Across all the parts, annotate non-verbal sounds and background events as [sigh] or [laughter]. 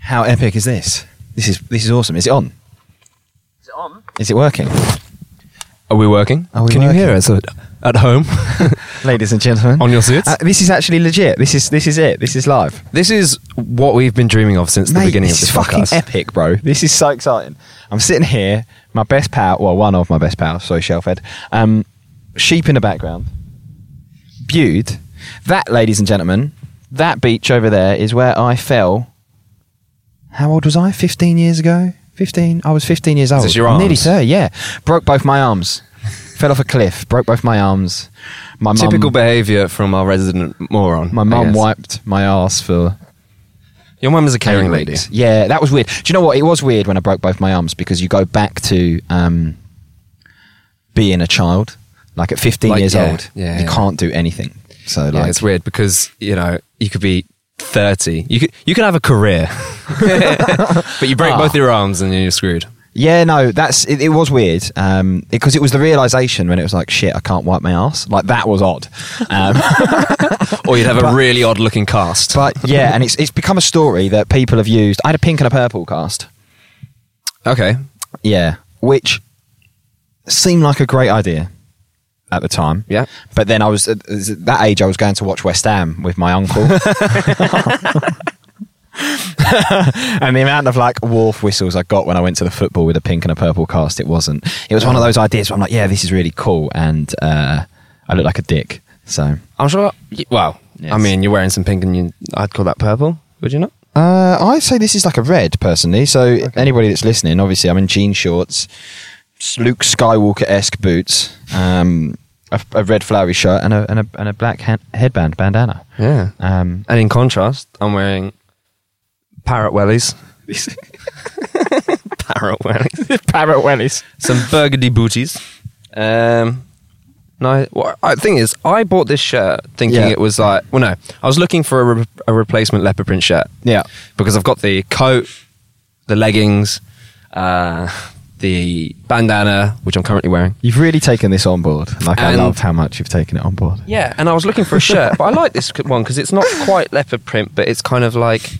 How epic is this? This is this is awesome. Is it on? Is it on? Is it working? Are we working? Are we working? Can you hear us at, at home Ladies and gentlemen, on your seats? Uh, this is actually legit. This is this is it. This is live. [laughs] this is what we've been dreaming of since the Mate, beginning this of this is fucking podcast. epic, bro. This is so exciting. I'm sitting here, my best pal, well, one of my best pals, sorry, Shelfed, um, sheep in the background, Bude. That, ladies and gentlemen, that beach over there is where I fell. How old was I? 15 years ago? 15? I was 15 years old. this your I'm Nearly arms? 30, yeah. Broke both my arms. fell off a cliff, broke both my arms. My mum- Typical behaviour from our resident moron. My I mum guess. wiped my ass for Your mum is a caring Eight lady. weeks. Yeah, that was weird. Do you know what? It was weird when I broke both my arms because you go back to um, being a child. Like at 15 Like, years yeah, old, yeah, you yeah. can't do anything. So like, Yeah, it's weird because you know you could be thirty. You could you could have a career, [laughs] but you break both your arms and then you're screwed. yeah, no, that's it, it was weird because it was the realization when it was like, shit, I can't wipe my ass. Like that was odd. [laughs] Um, Or you'd have a really odd looking cast. but yeah, and it's it's become a story that people have used. I had a pink and a purple cast. okay, Yeah, which seemed like a great idea at the time. Yeah. but then I was at at that age. I was going to watch West Ham with my uncle, [laughs] and the amount of like wharf whistles I got when I went to the football with a pink and a purple cast, it wasn't. It was one of those ideas where I'm like, yeah, this is really cool, and uh, I look like a dick. So I'm sure. y- Well, I Yes. mean, you're wearing some pink, and you, I'd call that purple. Would you not? Uh, I'd say this is like a red, personally. So anybody that's listening, obviously, I'm in jean shorts, s- Luke Skywalker esque boots, um, a, a red flowery shirt, and a and a, and a black hand, headband bandana. Yeah. Um, And in contrast, I'm wearing parrot [laughs] wellies. parrot wellies. Parrot wellies. Some burgundy booties. Um, no, well, I, the thing is, I bought this shirt thinking Yeah. it was like, well, no, I was looking for a, re- a replacement leopard print shirt. Yeah. Because I've got the coat, the leggings, uh, the bandana, which I'm currently wearing. You've really taken this on board. Like I And- loved how much you've taken it on board. Yeah, and I was looking for a shirt, but I like this c- one because it's not quite leopard print, but it's kind of like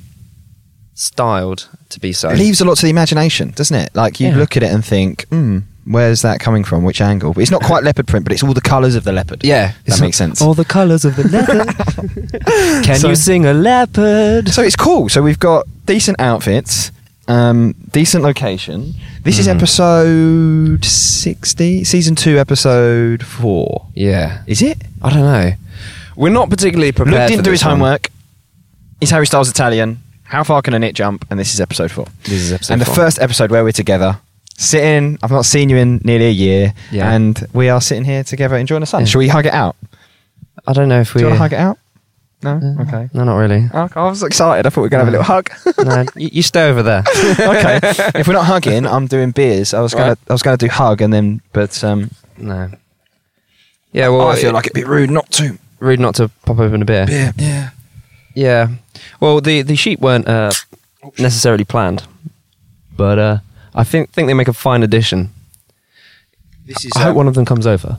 styled to be so. It leaves a lot to the imagination, doesn't it? Like you Yeah. look at it and think, hmm, where's that coming from? Which angle? But it's not quite leopard print, but it's all the colours of the leopard. Yeah, that makes sense. the colours of [laughs] the leopard. Can So- you sing a leopard? So it's cool. So we've got decent outfits, um, decent location. This is Mm-hmm. episode 60, season 2, episode 4. Yeah, Is it? I don't know. We're not particularly prepared. Luke didn't for do this his one. homework. Is Harry Styles Italian? How far can a knit jump? And this is episode 4. This is episode and four. the first episode where we're together. Sitting, I've not seen you in nearly a year, Yeah. and we are sitting here together enjoying the sun. Shall we hug it out? I don't know if we. Do you want to hug it out? No? Okay. No, [laughs] not really. Oh, I was excited. I thought we were going to have a little hug. [laughs] no, you, you stay over there. okay. If we're not hugging, I'm doing beers. I was gonna, Right. I was gonna do hug, and then, but um, No. Yeah, well, it- it'd be rude not to. rude not to pop open a beer. Yeah, yeah. Yeah. Well, the the sheep weren't uh, necessarily planned, but uh, I think think they make a fine addition. This I hope one of them comes over.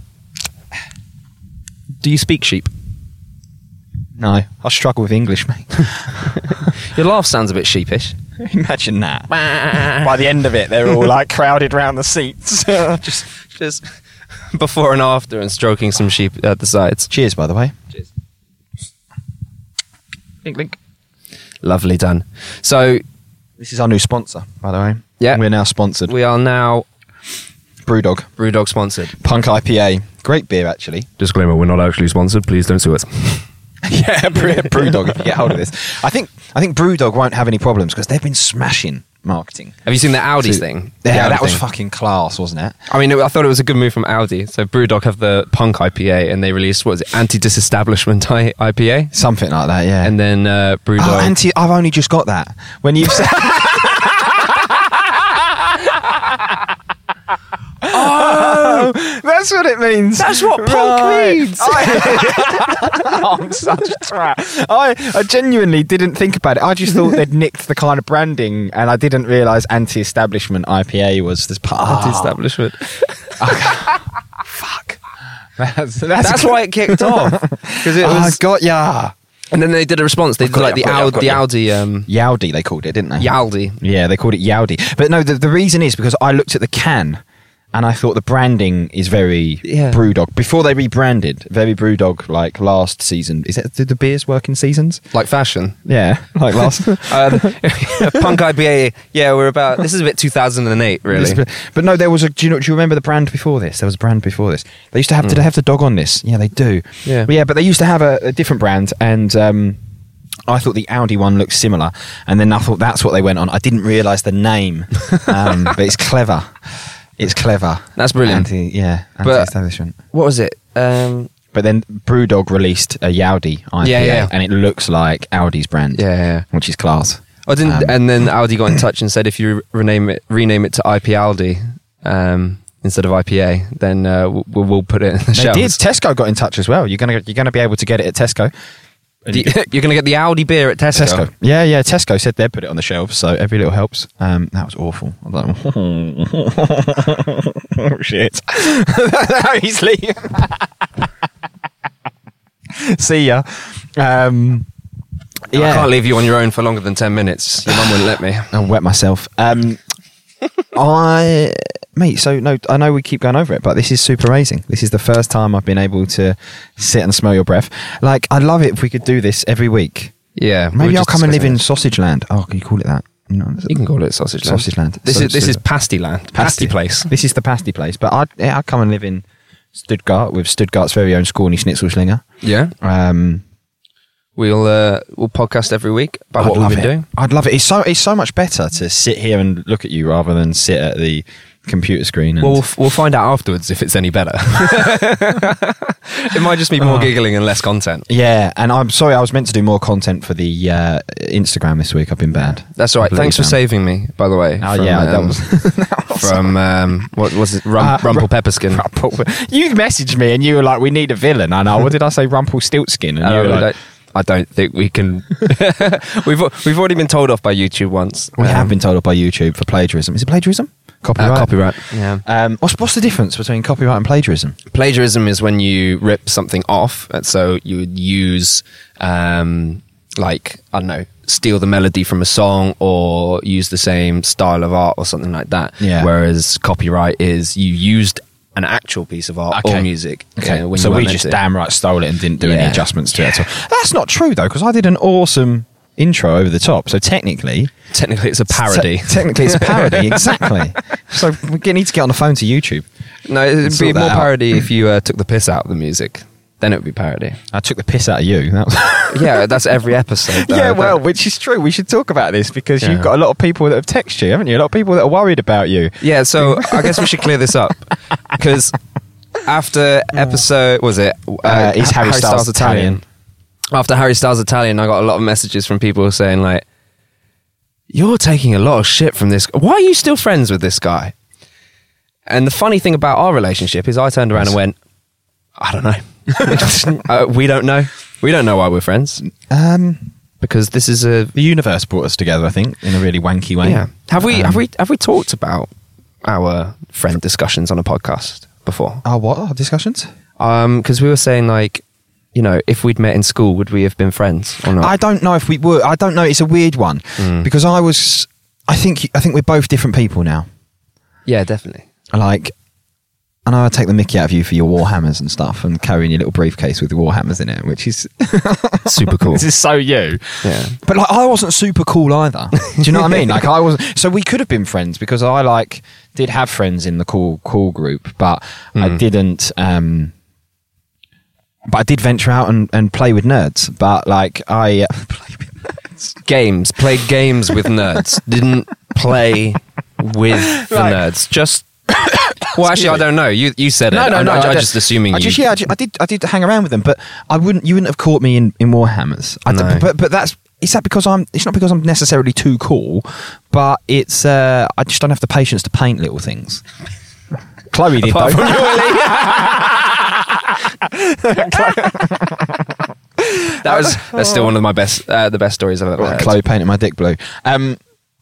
Do you speak sheep? no. I struggle with English, [laughs] mate. Your laugh sounds a bit sheepish. Imagine that. [laughs] By the end of it, they're all like crowded round the seats. [laughs] just just [laughs] before and after, and stroking some sheep at the sides. Cheers, by the way. Cheers. Link, link. Lovely done. So This is our new sponsor, by the way. Yeah. we're now sponsored. we are now Brewdog BrewDog sponsored. Punk IPA, great beer actually. Disclaimer: We're not actually sponsored. Please don't sue us. [laughs] [laughs] yeah, Brew, Brewdog. If you get hold of [laughs] this, I think I think Brewdog won't have any problems because they've been smashing marketing. Have you seen the Audi thing? Yeah, The Audi that was thing. fucking class, wasn't it? I mean, it, I thought it was a good move from Audi. So BrewDog have the Punk IPA, and they released what is it, anti-disestablishment [laughs] I- IPA, Something like that, yeah. and then uh, BrewDog. oh, anti. I've only just got that when you said. oh, that's what it means. That's what punk means. I, [laughs] am such a trap. I, I genuinely didn't think about it. I just thought they'd nicked the kind of branding, and I didn't realise anti-establishment IPA was this part. [laughs] anti-establishment. Fuck. That's, That's why it kicked off because it I was. got ya. And then they did a response. They I've did got like it, the I've Audi, got the it, Audi, [laughs] um, Yaudi, they called it, didn't they? Yaldi. Yeah, they called it Yaudi. But no, the, the reason is because I looked at the can and I thought the branding is very Yeah. Brewdog. Before they rebranded, very Brewdog like last season. Is that did the beers work in seasons? like fashion. Yeah, [laughs] like last. Um, [laughs] punk IPA. Yeah, we're about. This is a bit 2008, really. But, but no, there was a. Do you, know, do you remember the brand before this? There was a brand before this. They used to have. Did they have the dog on this? Yeah, they do. Hmm. Yeah. But yeah, but they used to have a, a different brand, and um, I thought the Audi one looked similar, and then I thought that's what they went on. I didn't realise the name, [laughs] um, but it's clever. It's clever. That's brilliant. Anti, yeah, But- anti-establishment. But, What was it? Um, then Brewdog released a Yaudi IPA, Yeah, yeah. and it looks like Audi's brand. Yeah, yeah, yeah. Which is class. I didn't. Um, and then Audi got in touch and said, if you rename it, rename it to IP Aldi um, instead of IPA, then uh, we'll, we'll put it in the They did. shelves. [laughs] Tesco got in touch as well. You're gonna you're gonna be able to get it at Tesco. The- [laughs] you're going to get the Audi beer at Tesco. Tesco. Yeah, yeah. Tesco said they'd put it on the shelves, so every little helps. Um, that was awful. I was like, [laughs] oh, shit. [laughs] He's leaving. [laughs] See ya. Um, I yeah. can't leave you on your own for longer than ten minutes. Your mum wouldn't let me. I wet myself. Um, I, mate. So no, I know we keep going over it, but this is super amazing. This is the first time I've been able to sit and smell your breath. Like, I'd love it if we could do this every week. Yeah, we Maybe were I'll just come and live in discussing it. sausage land. Oh, can you call it that? You know, You can call it sausage land. Sausage land. This is this Sausage is land. pasty land. Pasty, place. This is the pasty place. But I'd, yeah, I'd come and live in Stuttgart with Stuttgart's very own Scorny Schnitzelschlinger. Yeah, Um, we'll uh, we'll podcast every week about I'd what we've love been it. doing. I'd love it. It's so it's so much better to sit here and look at you rather than sit at the computer screen. And Well, we'll, f- we'll find out afterwards if it's any better. [laughs] it might just be more Oh. giggling and less content. yeah, and I'm sorry, I was meant to do more content for the uh, Instagram this week. I've been bad. That's all right. Completely Thanks for down. saving me, by the way. um, Oh yeah, that was [laughs] from um, what was it? Rum, Uh, Rumple Ru- Pepperskin. you messaged me and you were like, "We need a villain." I know. What did I say? [laughs] Rumpelstiltskin. And you Oh, were I like, don't- I don't think we can. [laughs] we've al- we've already been told off by YouTube once. We Um, have been told off by YouTube for plagiarism. Is it plagiarism? Copyright. uh, copyright. Yeah. Um, what's, what's the difference between copyright and plagiarism? plagiarism is when you rip something off. and So you would use, um, like, I don't know, steal the melody from a song or use the same style of art or something like that. Yeah. Whereas copyright is you used an actual piece of art or music. Okay. uh, when so we you weren't meant just to. damn right stole it and didn't do any Yeah. adjustments to it at all. That's not true though, because I did an awesome intro over the top. So technically, Technically, it's a parody. te- [laughs] technically, it's a parody. exactly. So we g- need to get on the phone to YouTube. [laughs] no, it'd Sort be that more out. parody if you uh, took the piss out of the music. Then it would be parody. I took the piss out of you. [laughs] That was. yeah, that's every episode. though. yeah, Don't- well, which is true. We should talk about this because Yeah. you've got a lot of people that have texted you, haven't you? A lot of people that are worried about you. Yeah, so I guess we should clear this up because after episode was it uh, Mm. Uh, is Harry Styles Italian? After Harry Styles Italian, I got a lot of messages from people saying like, "You're taking a lot of shit from this. Why are you still friends with this guy?" And the funny thing about our relationship is, I turned around and went, "I don't know. [laughs] uh, we don't know. We don't know why we're friends Um, because this is a the universe brought us together, I think, in a really wanky way. yeah. Have we Um, have we have we talked about our friend discussions on a podcast before? Our what? Our discussions? Um, because we were saying like, you know, if we'd met in school, would we have been friends or not? I don't know if we were. I don't know. It's a weird one because I was. I think. I think we're both different people now. yeah, definitely. Like, I know I take the Mickey out of you for your warhammers and stuff, and carrying your little briefcase with the warhammers in it, which is [laughs] Super cool. this is so you. Yeah. But like, I wasn't super cool either. Do you know what I mean? Like, I was. So we could have been friends because I like did have friends in the cool cool group, but I didn't. um But I did venture out and, and play with nerds. But like, I [laughs] play with nerds. [laughs] games. Played games with nerds. Didn't play with [laughs] the Like- nerds. Just. [coughs] Well, actually, I don't know. You you said it. I'm, I'm, I I'm don't- just assuming I you. just, yeah, I, ju- I did. I did hang around with them, but I wouldn't. You wouldn't have caught me in in Warhammers. I d- No. But but that's is that because I'm? It's not because I'm necessarily too cool, but it's. Uh, I just don't have the patience to paint little [laughs] things. Chloe did Apart though. from you, [laughs] Ollie. that [laughs] was that's still one of my best uh, the best stories I've ever heard. Chloe painted my dick blue. Um,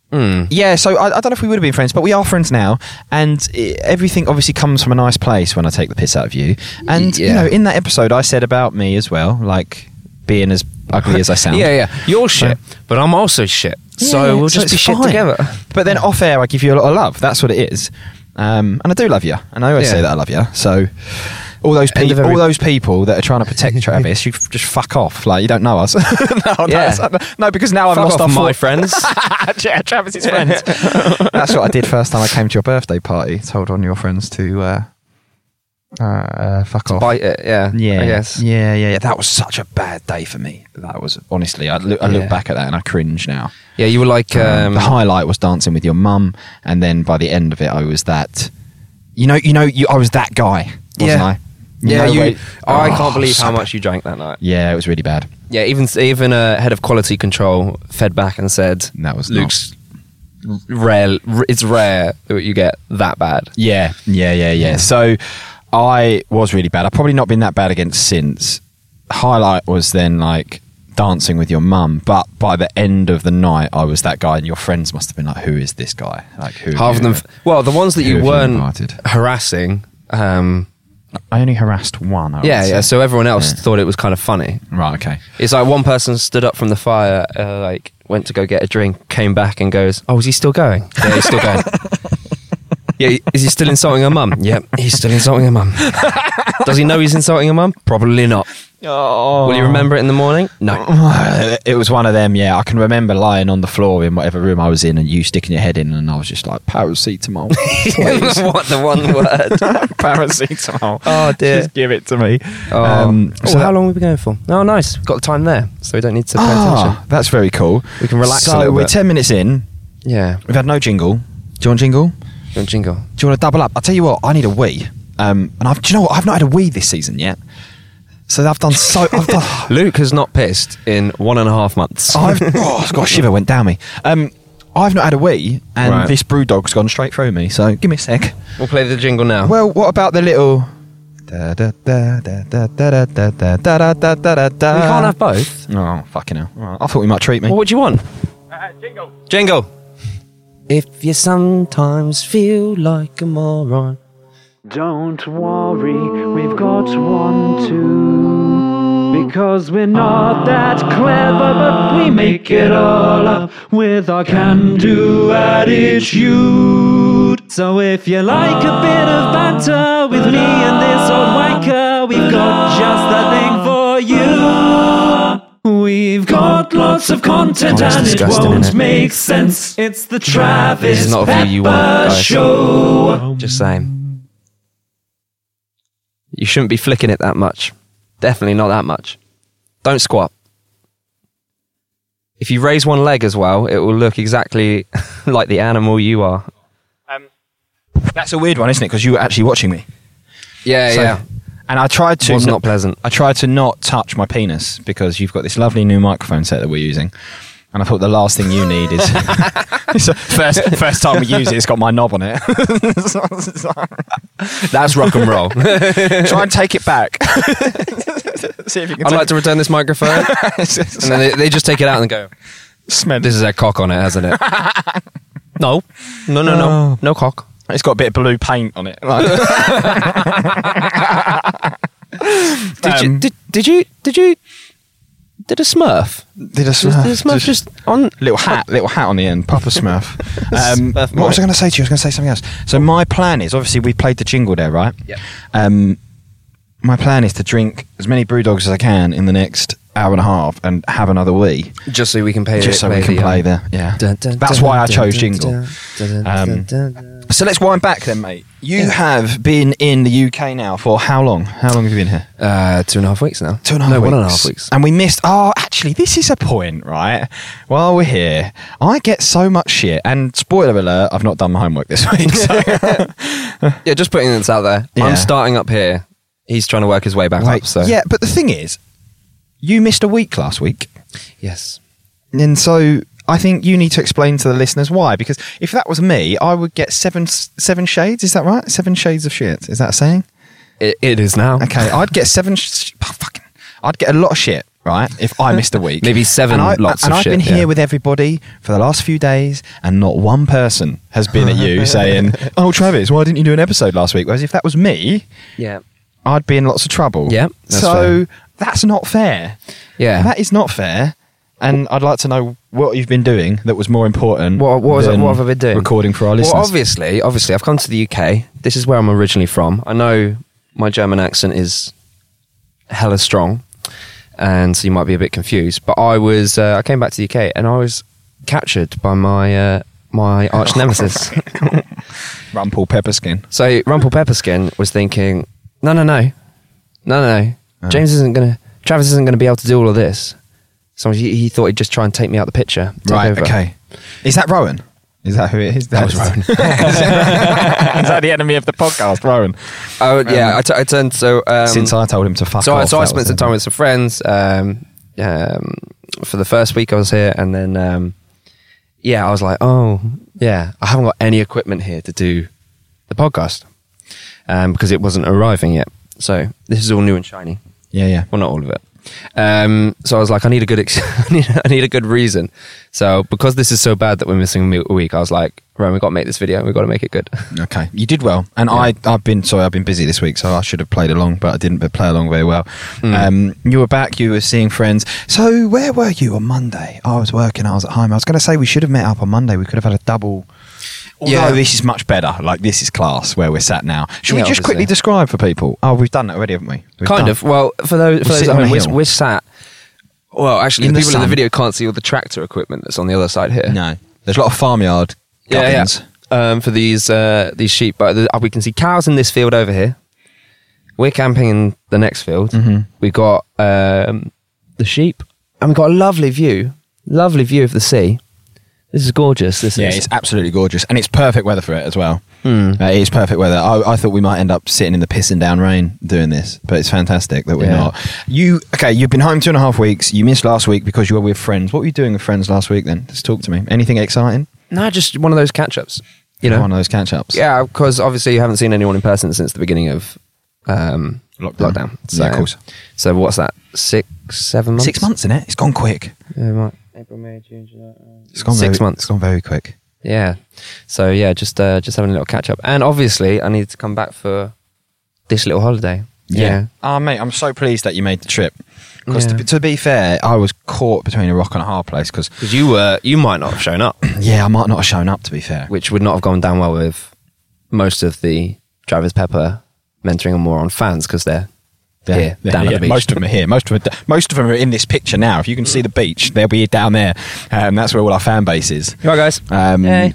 Hmm. Yeah, so I, I don't know if we would have been friends, but we are friends now, and i everything obviously comes from a nice place when I take the piss out of you. And Yeah. you know, in that episode, I said about me as well, like being as ugly [laughs] as I sound. Yeah, yeah. You're shit, but I'm also shit. Yeah, so we'll just it's be shit fine. together. But then off air, I give you a lot of love. That's what it is. Um, and I do love you, and I always Yeah. say that I love you. So all those End of people, every- all those people that are trying to [laughs] protect Travis, you f- just fuck off. Like you don't know us. [laughs] no, Yeah. that's- no, because now I've Fuck lost off, our my fo- [laughs] friends. yeah, Travis's friends. [laughs] that's what I did first time I came to your birthday party. Told on your friends to uh, uh, uh, fuck off. [laughs] Bite it. Yeah. Yeah. I guess. Yeah, yeah, yeah. That was such a bad day for me. That was honestly, I look, I look Yeah. back at that and I cringe now. Yeah. You were like, um, the highlight was dancing with your mum, and then by the end of it, I was that. You know, you know, you, I was that guy, wasn't Yeah. I? yeah. No you. way- I Oh, can't believe so how bad. much you drank that night. Yeah, it was really bad. Yeah. Even even a uh, head of quality control fed back and said That was not- Luke's rare. r- It's rare that you get that bad. Yeah, yeah, yeah, yeah. So I was really bad. I've probably not been that bad against since. Highlight was then like dancing with your mum, but by the end of the night, I was that guy, and your friends must have been like, "Who is this guy?" Like, who? Half of them. f- Well, the ones that Who you have you weren't invited? harassing. Um, I only harassed one. I would yeah, say. yeah. So everyone else thought it was kind of funny. right, okay. It's like one person stood up from the fire, uh, like went to go get a drink, came back and goes, "Oh, is he still going? Yeah, he's still [laughs] going. yeah, is he still insulting her mum? Yep, he's still insulting her mum. Does he know he's insulting her mum? Probably not. Oh, Will you remember it in the morning? No. it was one of them, yeah. I can remember lying on the floor in whatever room I was in and you sticking your head in, and I was just like, [laughs] paracetamol. please." [laughs] what the one [laughs] word? paracetamol. Oh, dear. Just give it to me. Oh. Um, Oh, so how that- long have we been going for? Oh, nice. We've got the time there, so we don't need to pay Ah, that's very cool. We can relax a So little we're bit. 10 minutes in. attention. Yeah. We've had no jingle. Do you want jingle? Don't jingle. Do you want to double up? I'll tell you what, I need a wee. Um, and I've, do you know what? I've not had a wee this season yet. So I've done so. I've done, [laughs] Luke has not pissed in one and a half months. I've oh, I've got a shiver went down me. Um, I've not had a wee, and Right. this brew dog's gone straight through me. So give me a sec. We'll play the jingle now. Well, what about the little? Da, da, da, da, da, da, da, da, da, da, da, da, da, da. we can't have both. Oh fucking hell! Right, I thought you might treat me. Well, what do you want? Uh, jingle. Jingle. If you sometimes feel like a moron. Don't worry, we've got one too. Because we're not that clever, but we make it all up with our can do attitude. So if you like a bit of banter with me and this old wanker, we've got just the thing for you. We've got lots of content that's and it disgusting, won't isn't it? make sense. It's the Travis This is not a view you want, Pepper guys. Show. Just saying. You shouldn't be flicking it that much. Definitely not that much. Don't squat. If you raise one leg as well, it will look exactly [laughs] like the animal you are. That's a weird one, isn't it? Because you were actually watching me. Yeah, So- yeah. And I tried to Was not pleasant. I tried to not touch my penis because you've got this lovely new microphone set that we're using. And I thought the last thing you need is [laughs] So first first time we use it, it's got my knob on it. [laughs] That's rock and [laughs] roll. Try and take it back. [laughs] See if you can I'd like to return this [laughs] microphone. And then they, they just take it out and go, [laughs] smell This is a cock on it, hasn't it? [laughs] no. No, no, no. No cock. It's got a bit of blue paint on it. [laughs] Did you Um, did, did you did you did a Smurf? did a Did a Smurf just, on? little hat, little hat on the end, Papa Smurf. Um, [laughs] Smurf what was I Mike. going to say to you? I was going to say something else. So my plan is obviously we played the jingle there, right? Yeah. Um, my plan is to drink as many brew dogs as I can in the next hour and a half and have another wee, Just so we can pay. just so we can uh, play there. Yeah. That's why I chose jingle. Um, So let's wind back then, mate. You have been in the UK now for how long? How long have you been here? Uh, two and a half weeks now. Two and a half no, weeks. one and a half weeks. And we missed. Oh, actually, this is a point, right? While we're here, I get so much shit. And spoiler alert, I've not done my homework this [laughs] week. [laughs] So. Yeah, just putting this out there. Yeah. I'm starting up here. He's trying to work his way back Wait, up. So Yeah, but the thing is, you missed a week last week. yes. And so I think you need to explain to the listeners why. Because if that was me, I would get seven seven shades. Is that right? Seven shades of shit. Is that a saying? It, it is now. Okay, I'd get seven. Sh- oh, fucking, I'd get a lot of shit, right? If I [laughs] missed a week, Maybe seven and I, lots And of I've shit, been here yeah. with everybody for the last few days, and not one person has been at you [laughs] saying, "Oh, Travis, why didn't you do an episode last week?" Whereas if that was me, Yeah. I'd be in lots of trouble. Yeah, that's so that's not fair. Yeah. That is not fair. And I'd like to know what you've been doing that was more important. What, what, was, than what have I been doing? Recording for our listeners. Well, obviously, obviously, I've come to the UK. This is where I'm originally from. I know my German accent is hella strong, and so you might be a bit confused. But I was, uh, I came back to the UK, and I was captured by my uh, my [laughs] arch nemesis. Rumple Pepperskin. so Rumpel Pepperskin was thinking, no, no, no, no, no, no. Oh. James isn't gonna, Travis isn't gonna be able to do all of this. So he, he thought he'd just try and take me out the picture. take Right. over. Okay. Is that Rowan? Is that who it is? [laughs] That was Rowan. is that the enemy of the podcast, Rowan? Oh yeah, I, t- I turned so um, Since I told him to fuck so off. I, so that I was spent the- some time with some friends um, um, for the first week I was here, and then um, yeah, I was like, oh yeah, I haven't got any equipment here to do the podcast um, because it wasn't arriving yet. So this is all new and shiny. Yeah, yeah. Well, not all of it. Um, so I was like, I need a good, ex- [laughs] I, need, I need a good reason. So because this is so bad that we're missing a me- a week, I was like, Rome, we got to make this video. We got to make it good. [laughs] Okay, you did well, and I I've been sorry I've been busy this week, so I should have played along, but I didn't but play along very well. Hmm. Um, you were back, you were seeing friends. So where were you on Monday? I was working, I was at home. I was going to say we should have met up on Monday. We could have had a double. Although Yeah. this is much better. Like this is class where we're sat now. Should we Yeah, just quickly obviously. describe for people? Oh, we've done that already, haven't we? We've kind done- of. Well, for those, for those sitting at on a home, we're, hill. we're sat. Well, actually, In the the people in the sun. video can't see all the tractor equipment that's on the other side here. [laughs] No, there's a lot of farmyard. yeah, yeah. gubbins. Um, for these uh, these sheep, but the, uh, we can see cows in this field over here. We're camping in the next field. Mm-hmm. We've got um, the sheep, and we've got a lovely view, lovely view of the sea. This is gorgeous. This Yeah, is it's absolutely gorgeous, and it's perfect weather for it as well. Hmm. Uh, it is perfect weather. I, I thought we might end up sitting in the pissing down rain doing this, but it's fantastic that we're Yeah. not. You okay? You've been home two and a half weeks. You missed last week because you were with friends. What were you doing with friends last week? Then just talk to me. Anything exciting? no, just one of those catch ups. You know, one of those catch ups. Yeah, because obviously you haven't seen anyone in person since the beginning of um, Lockdown. lockdown. Yeah, of course. So what's that? Six, seven months. six months in it. It's gone quick. Yeah, right. April, May, June, July. It's gone six very- months. It's gone very quick. Yeah. So yeah, just uh, just having a little catch up, and obviously I needed to come back for this little holiday. Ah, mate, I'm so pleased that you made the trip. Because Yeah. to, to be fair, I was caught between a rock and a hard place. Because Because you were you might not have shown up, yeah, I might not have shown up. To be fair, [coughs] which would not have gone down well with most of the Travis Pepper mentoring and more on fans because they're Yeah, here down at the beach. Most of them [laughs] are here. Most of them, most of them are in this picture now. If you can see the beach, they'll be down there. Um, that's where all our fan base is. Right, guys. Um, Yay.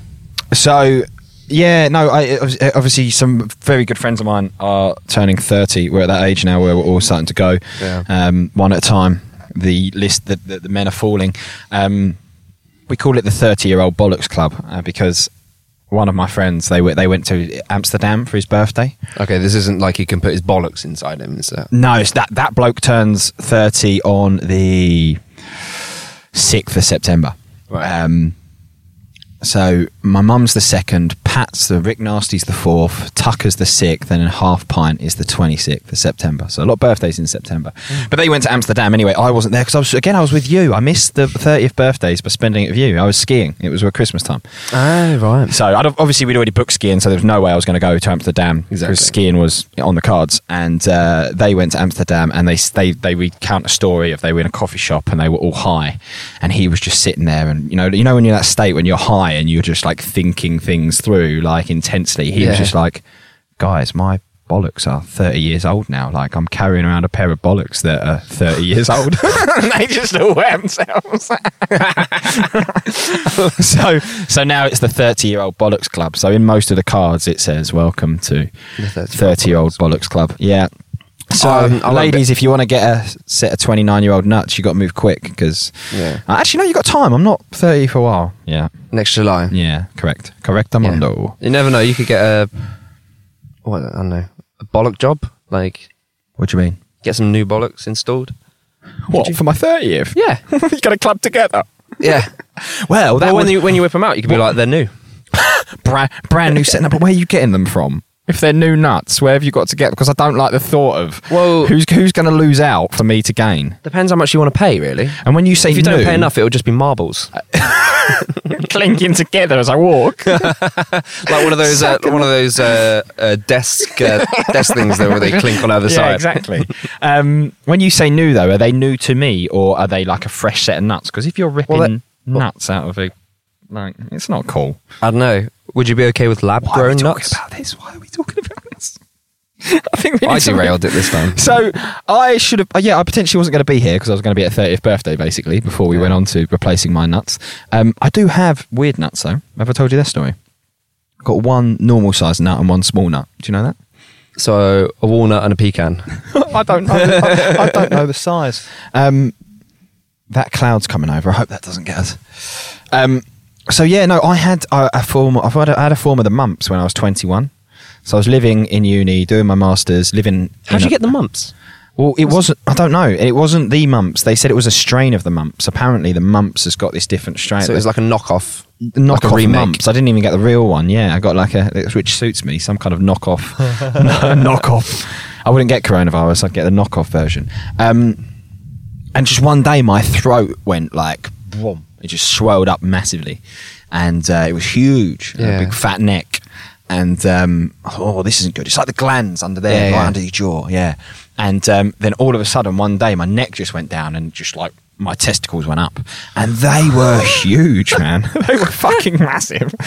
So, yeah, no, I, obvi- obviously some very good friends of mine are turning 30. We're at that age now where we're all starting to go Yeah. um, one at a time. The list that the, the men are falling. Um, we call it the 30 year old bollocks club uh, because one of my friends, they, went- they went to Amsterdam for his birthday. Okay, this isn't like he can put his bollocks inside him. Is that? No, it's that that bloke turns thirty on the sixth of September. Right. Um, so my mum's the second, Pat's the Rick Nasty's the fourth, Tucker's the sixth, and then half pint is the twenty sixth of September. So a lot of birthdays in September. Mm. But they went to Amsterdam anyway. I wasn't there because I was again I was with you. I missed the thirtieth birthdays by spending it with you. I was skiing. It was at Christmas time. Oh right. So I'd, obviously we'd already booked skiing, so there was no way I was going to go to Amsterdam because Exactly. skiing was on the cards. And uh, they went to Amsterdam, and they they they recount a story of they were in a coffee shop and they were all high, and he was just sitting there, and you know you know when you're in that state when you're high and you're just like thinking things through like intensely. He was Yeah. just like, guys, my. Bollocks are 30 years old now. Like, I'm carrying around a pair of bollocks that are 30 years old. [laughs] and they just all wet [laughs] themselves [laughs] so so now it's the 30 year old bollocks club so in most of the cards it says welcome to 30 year old bollocks club yeah so Um, I like ladies if you want to get a set of 29 year old nuts you got to move quick because Yeah. actually no you got time i'm not 30 for a while yeah Next July. yeah correct correct Yeah. amundo You never know. You could get a what I don't know a bollock job. Like what do you mean get some new bollocks installed. what for my 30th Yeah, [laughs] you got a club together [laughs] yeah. well that Well, was when you when you whip them out, you could be like they're new. brand, brand new setting up but where are you getting them from if they're new nuts, where have you got to get? Because I don't like the thought of Well- who's who's going to lose out for me to gain. Depends how much you want to pay, really. And when you say If you don't new- pay enough, it'll just be marbles. clinking together as I [laughs] walk. like one of those uh, one of those uh, uh, desk uh, desk things that where they clink on [laughs] either yeah, side. exactly. Um, when you say new, though, are they new to me or are they like a fresh set of nuts? Because if you're ripping Well, that- nuts out of a, like, it's not cool. I don't know. Would you be okay with lab Why are we grown talking nuts? about this? Why are we talking about this? [laughs] I think we need I to- derailed it this [laughs] time. So I should have. Yeah, I potentially wasn't going to be here because I was going to be at thirtieth birthday basically before we went on to replacing my nuts. Um, I do have weird nuts though. Have I told you this story? I've got one normal sized nut and one small nut. Do you know that? So a walnut and a pecan. [laughs] I don't know. I, I don't know the size. Um, that cloud's coming over. I hope that doesn't get us. Um, so yeah, no, I had a, a form. I've had a, I had a form of the mumps when I was twenty-one. So I was living in uni, doing my masters, living. in a- the mumps? Well, it wasn't. I don't know. It wasn't the mumps. They said it was a strain of the mumps. Apparently, the mumps has got this different strain. So it was like a knockoff. knockoff like a remake. mumps. I didn't even get the real one. Yeah, I got like a which suits me. Some kind of [laughs] [laughs] knockoff. knockoff. I wouldn't get coronavirus. I'd get the knockoff version. Um, and just one day, my throat went like boom. It just swelled up massively, and uh, it was huge. and Yeah. A big fat neck. And um, oh, this isn't good. It's like the glands under there, Yeah, right yeah. under your jaw. Yeah. And um, then all of a sudden, one day, my neck just went down and just like my testicles went up. And they were huge, man. [laughs] they were fucking massive. [laughs]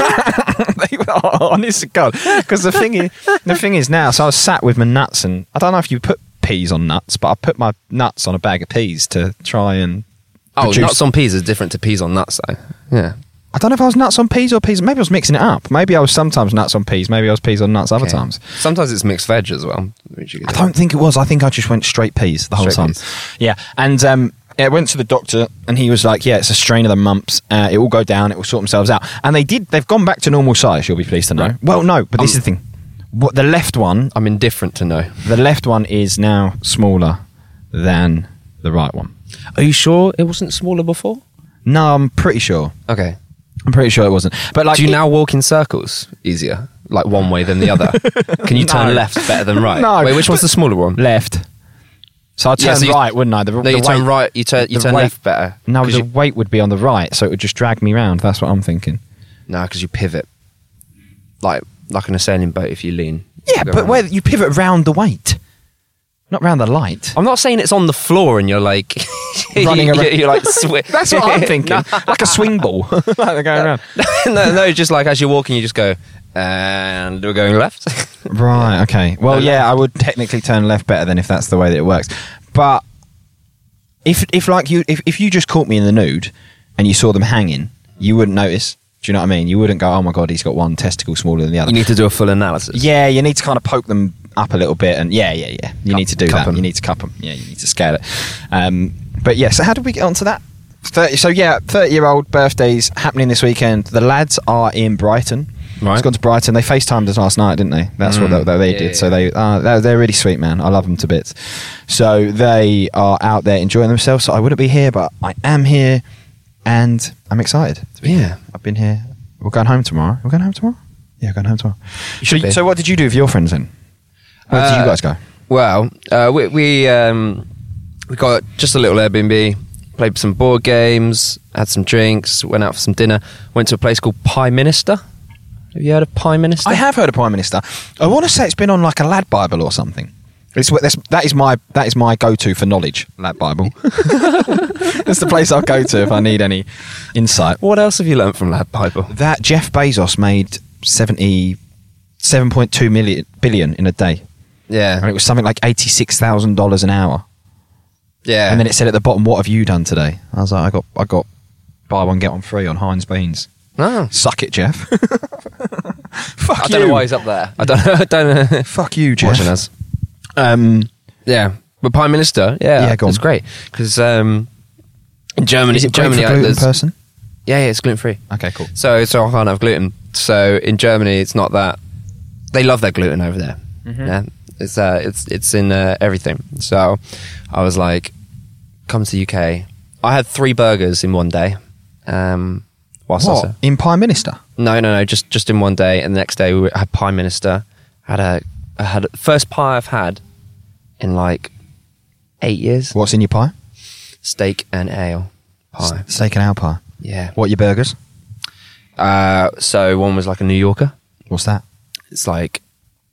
they were oh, honest to God. Because the, thing is- the thing is now, so I was sat with my nuts, and I don't know if you put peas on nuts, but I put my nuts on a bag of peas to try and. Oh, produce- nuts on peas is different to peas on nuts, though. Yeah. I don't know if I was nuts on peas or peas. Maybe I was mixing it up. Maybe I was sometimes nuts on peas. Maybe I was peas on nuts other Okay. times. Sometimes it's mixed veg as well. which you could I do. don't think it was. I think I just went straight peas the whole Straight time. peas. Yeah, and um, I went to the doctor, and he was like, "Yeah, it's a strain of the mumps. Uh, it will go down. It will sort themselves out." And they did. They've gone back to normal size. You'll be pleased to know. Right. Um, Well, no, but this is the thing. What the left one? I'm indifferent to know. The left one is now smaller than the right one. Are you sure it wasn't smaller before? No, I'm pretty sure. Okay. I'm pretty sure it wasn't. But like, Do you it- now walk in circles easier, like one way than the [laughs] other? Can you turn No. left better than right? [laughs] No, Wait, which one's the smaller [laughs] one? left? So I Yeah, turn so you- right, wouldn't I? The, no, the you turn weight- right. You turn you the turn weight- left better. No, 'Cause the you, weight would be on the right, so it would just drag me round. That's what I'm thinking. no, because you pivot, like like an sailing boat if you lean. Yeah, You go but around. where you pivot round the weight, not round the light. I'm not saying it's on the floor and you're like [laughs] Running you- around. You're, [laughs] like swi- That's what [laughs] [laughs] I'm thinking, like a swing [laughs] ball. like they're going around. no, [laughs] no, just like as you're walking, you just go and we're going left. [laughs] Right. Okay. Well, yeah, I would technically turn left better than if that's the way that it works. But if if like you if if you just caught me in the nude and you saw them hanging, you wouldn't notice. Do you know what I mean? You wouldn't go, "Oh my god, he's got one testicle smaller than the other." you need to do a full analysis. Yeah, you need to kind of poke them up a little bit, and yeah, yeah, yeah. You Cup- need to do cup that. 'em. You need to cup them. Yeah, you need to scale it. Um, but yeah, so how did we get onto that? 30, so yeah, thirty-year-old birthdays happening this weekend. The lads are in Brighton. Right. It's gone to Brighton. They FaceTimed us last night, didn't they? That's what they, Mm. they, they Yeah, did. yeah, So they uh, they're, they're really sweet, man. I love them to bits. So they are out there enjoying themselves. So I wouldn't be here, but I am here, and I'm excited. to be Yeah. here. I've been here. We're going home tomorrow. We're going home tomorrow. Yeah, we're going home tomorrow. So, should be. so what did you do with your friends then? Where did Uh, you guys go? Well, uh, we we um, we got just a little Airbnb, played some board games, had some drinks, went out for some dinner, went to a place called Pie Minister. Have you heard of Pie Minister? I have heard of Prime Minister. I want to say it's been on like a Lad Bible or something. It's wh- that's, that is my that is my go to for knowledge. Lad Bible. [laughs] that's the place I'll go to if I need any insight. What else have you learnt from Lad Bible? That Jeff Bezos made seventy seven point two million billion in a day, and Yeah, it was something like eighty six thousand dollars an hour. yeah. And then it said at the bottom, "What have you done today?" I was like, "I got I got buy one get one free on Heinz beans." no, Suck it, Jeff. [laughs] Fuck Oh. I you. don't know why he's up there. I don't. [laughs] I don't know. Fuck you, Jeff. Watching us. Um, Yeah, but Prime Minister. Yeah, Yeah, go on. it's great because um, in Germany, is it great Germany, for uh, gluten there's- person? yeah, yeah, it's gluten free. Okay, cool. So so I can't have gluten. So in Germany, it's not that they love their gluten over there. Yeah, it's uh, it's it's in uh, everything. So I was like, come to the UK. I had three burgers in one day. Um, whilst I was What there. in Prime Minister? No, no, no, just just in one day. And the next day, we were- had Prime Minister. Had a I had first pie I've had in like eight years. What's in your pie? Steak and ale pie. S- steak and ale pie. Yeah. What your burgers? Uh, so one was like a New Yorker. What's that? It's like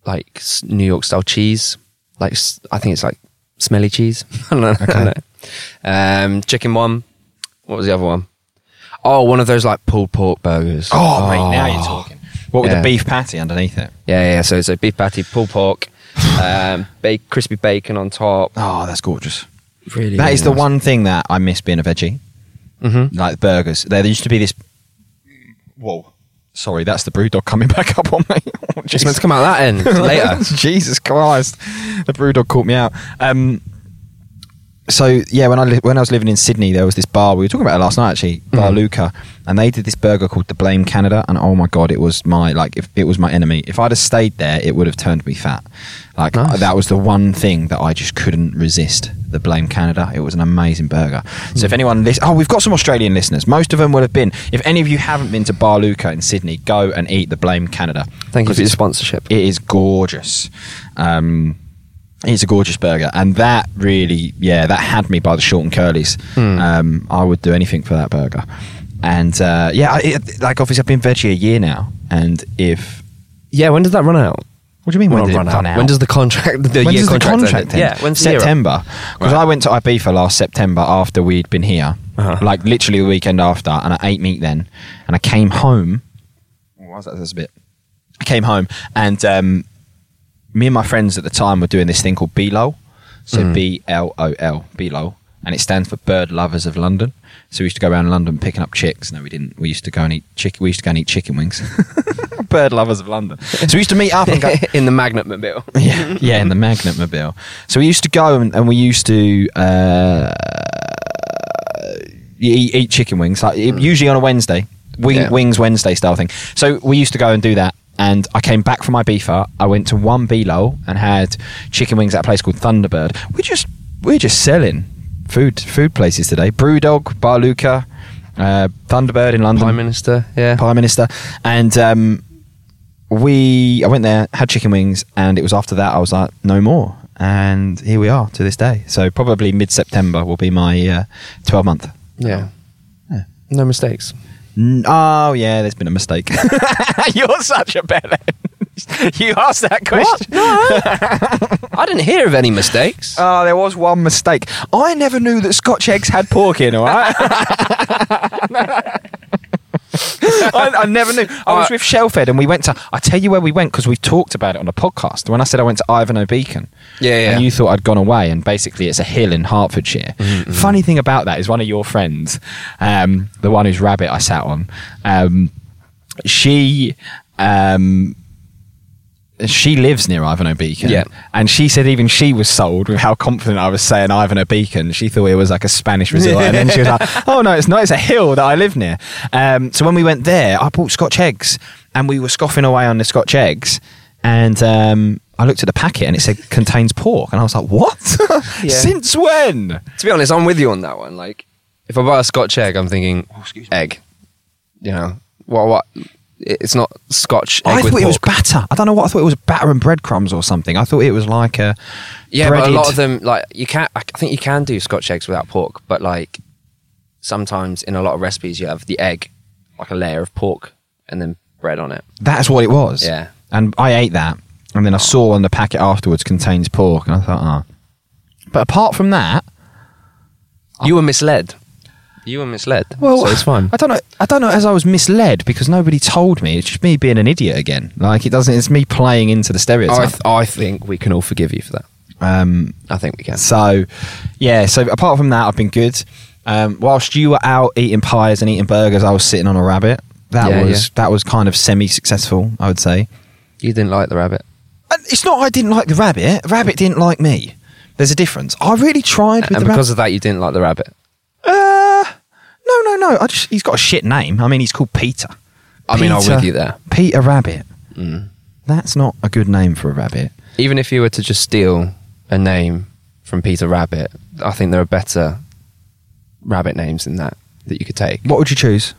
like s- New York style cheese. Like s- I think it's like smelly cheese. [laughs] I don't know. I don't know. Um, chicken one. What was the other one? Oh, one of those like pulled pork burgers. Oh, Oh. mate, now Ah. you're talking. What with Yeah. the beef patty underneath it? Yeah, yeah. So it's a beef patty, pulled pork, um, [laughs] ba- crispy bacon on top. Oh, that's gorgeous. Really, That is the one thing that I miss being a veggie. Mhm. Like burgers. There, there used to be this. Whoa. Sorry, that's the brew dog coming [laughs] back up on me. Oh, It's meant Jesus. to come out that [laughs] [laughs] end later. Jesus Christ, the brewdog caught me out. Um, so yeah, when I li- when I was living in Sydney, there was this bar we were talking about it last night actually, Mm-hmm. Bar Luca, and they did this burger called the Blame Canada, and oh my god, it was my like if it was my enemy. If I'd have stayed there, it would have turned me fat. Like Nice. that was the one thing that I just couldn't resist. The Blame Canada, it was an amazing burger. So Mm. if anyone, lis- oh, we've got some Australian listeners. Most of them will have been. If any of you haven't been to Bar Luca in Sydney, go and eat the Blame Canada. Thank you 'Cause for your it's- sponsorship. it is gorgeous. Um, it's a gorgeous burger, and that really, yeah, that had me by the short and curlies. Hmm. Um, I would do anything for that burger, and uh, yeah, I- it, like obviously I've been veggie a year now, and if Yeah. When does that run out? what do you mean Well, did it run run When does the contract? The when year does the contract, contract end? end? Yeah. When's the year up? September. Because I went to Ibiza last September after we'd been here, Uh-huh. like literally the weekend after, and I ate meat then, and I came home. Why was that? That's a bit. I came home and um, me and my friends at the time were doing this thing called BLOL. Mm. So B L O L, BLOL. And it stands for Bird Lovers of London. So we used to go around London picking up chicks. No, we didn't. We used to go and eat chicken. We used to go and eat chicken wings. [laughs] Bird Lovers of London. So we used to meet up and go. [laughs] in the magnet mobile. [laughs] yeah, yeah, in the Magnet Mobile. So we used to go and, and we used to uh, eat, eat chicken wings, like it- usually on a Wednesday, wing, Hmm. Yeah. wings Wednesday style thing. So we used to go and do that. And I came back from my beefer. I went to one below and had chicken wings at a place called Thunderbird. We're just we're just selling food food places today. Brewdog, Bar Luca, uh, Thunderbird in London. Prime Minister. Yeah. Prime Minister. And um, we, I went there, had chicken wings, and it was after that I was like, no more. And here we are to this day. So probably mid September will be my uh, 12 month. Yeah. No mistakes. N- Oh yeah, there's been a mistake. [laughs] You're such a bellend. [laughs] You asked that question. I didn't hear of any [laughs] mistakes. Oh, there was one mistake. I never knew that Scotch eggs had pork in. All [laughs] right. I, I never knew. I Uh, was with Shellfed, and we went to. I tell you where we went because we've talked about it on the podcast. When I said I went to Ivanhoe Beacon, Yeah, yeah. and you thought I'd gone away, and basically it's a hill in Hertfordshire. Mm-hmm, Funny thing about that is one of your friends, um, the one whose rabbit I sat on, um, she. Um, she lives near Ivanhoe Beacon. Yeah. And she said even she was sold with how confident I was saying Ivanhoe Beacon. She thought it was like a Spanish resort. and then she was [laughs] like, oh, no, it's not. It's a hill that I live near. Um, so when we went there, I bought Scotch eggs and we were scoffing away on the Scotch eggs. And um, I looked at the packet and it said contains pork. And I was like, what? [laughs] Yeah. Since when? To be honest, I'm with you on that one. Like, if I buy a Scotch egg, I'm thinking egg. You know, well, what? It's not Scotch. Egg I with thought it was pork. batter. I don't know what I thought it was batter and breadcrumbs or something. I thought it was like a. Yeah, but a lot breaded- of them like you can. I think you can do Scotch eggs without pork, but like sometimes in a lot of recipes you have the egg, like a layer of pork, and then bread on it. That's what it was. Yeah. And I ate that. And then I saw on the packet afterwards contains pork. And I thought, oh. But apart from that, You were misled. You were misled. well, so it's fine. I don't know. I don't know as I was misled because nobody told me. It's just me being an idiot again. Like it doesn't. It's me playing into the stereotype. I, th- I think we can all forgive you for that. um, I think we can. So, yeah. So apart from that, I've been good. Um, whilst you were out eating pies and eating burgers, I was sitting on a rabbit. That Yeah, was yeah. that was kind of semi-successful, I would say. You didn't like the rabbit. And it's not I didn't like the rabbit. Rabbit didn't like me. There's a difference. I really tried with and the because of that, you didn't like the rabbit. rabbit. Uh, no, no, no. I just he's got a shit name. I mean, he's called Peter. I mean, I'm Peter- with you there. Peter Rabbit. Mm. That's not a good name for a rabbit. Even if you were to just steal a name from Peter Rabbit, I think there are better rabbit names than that that you could take. What would you choose?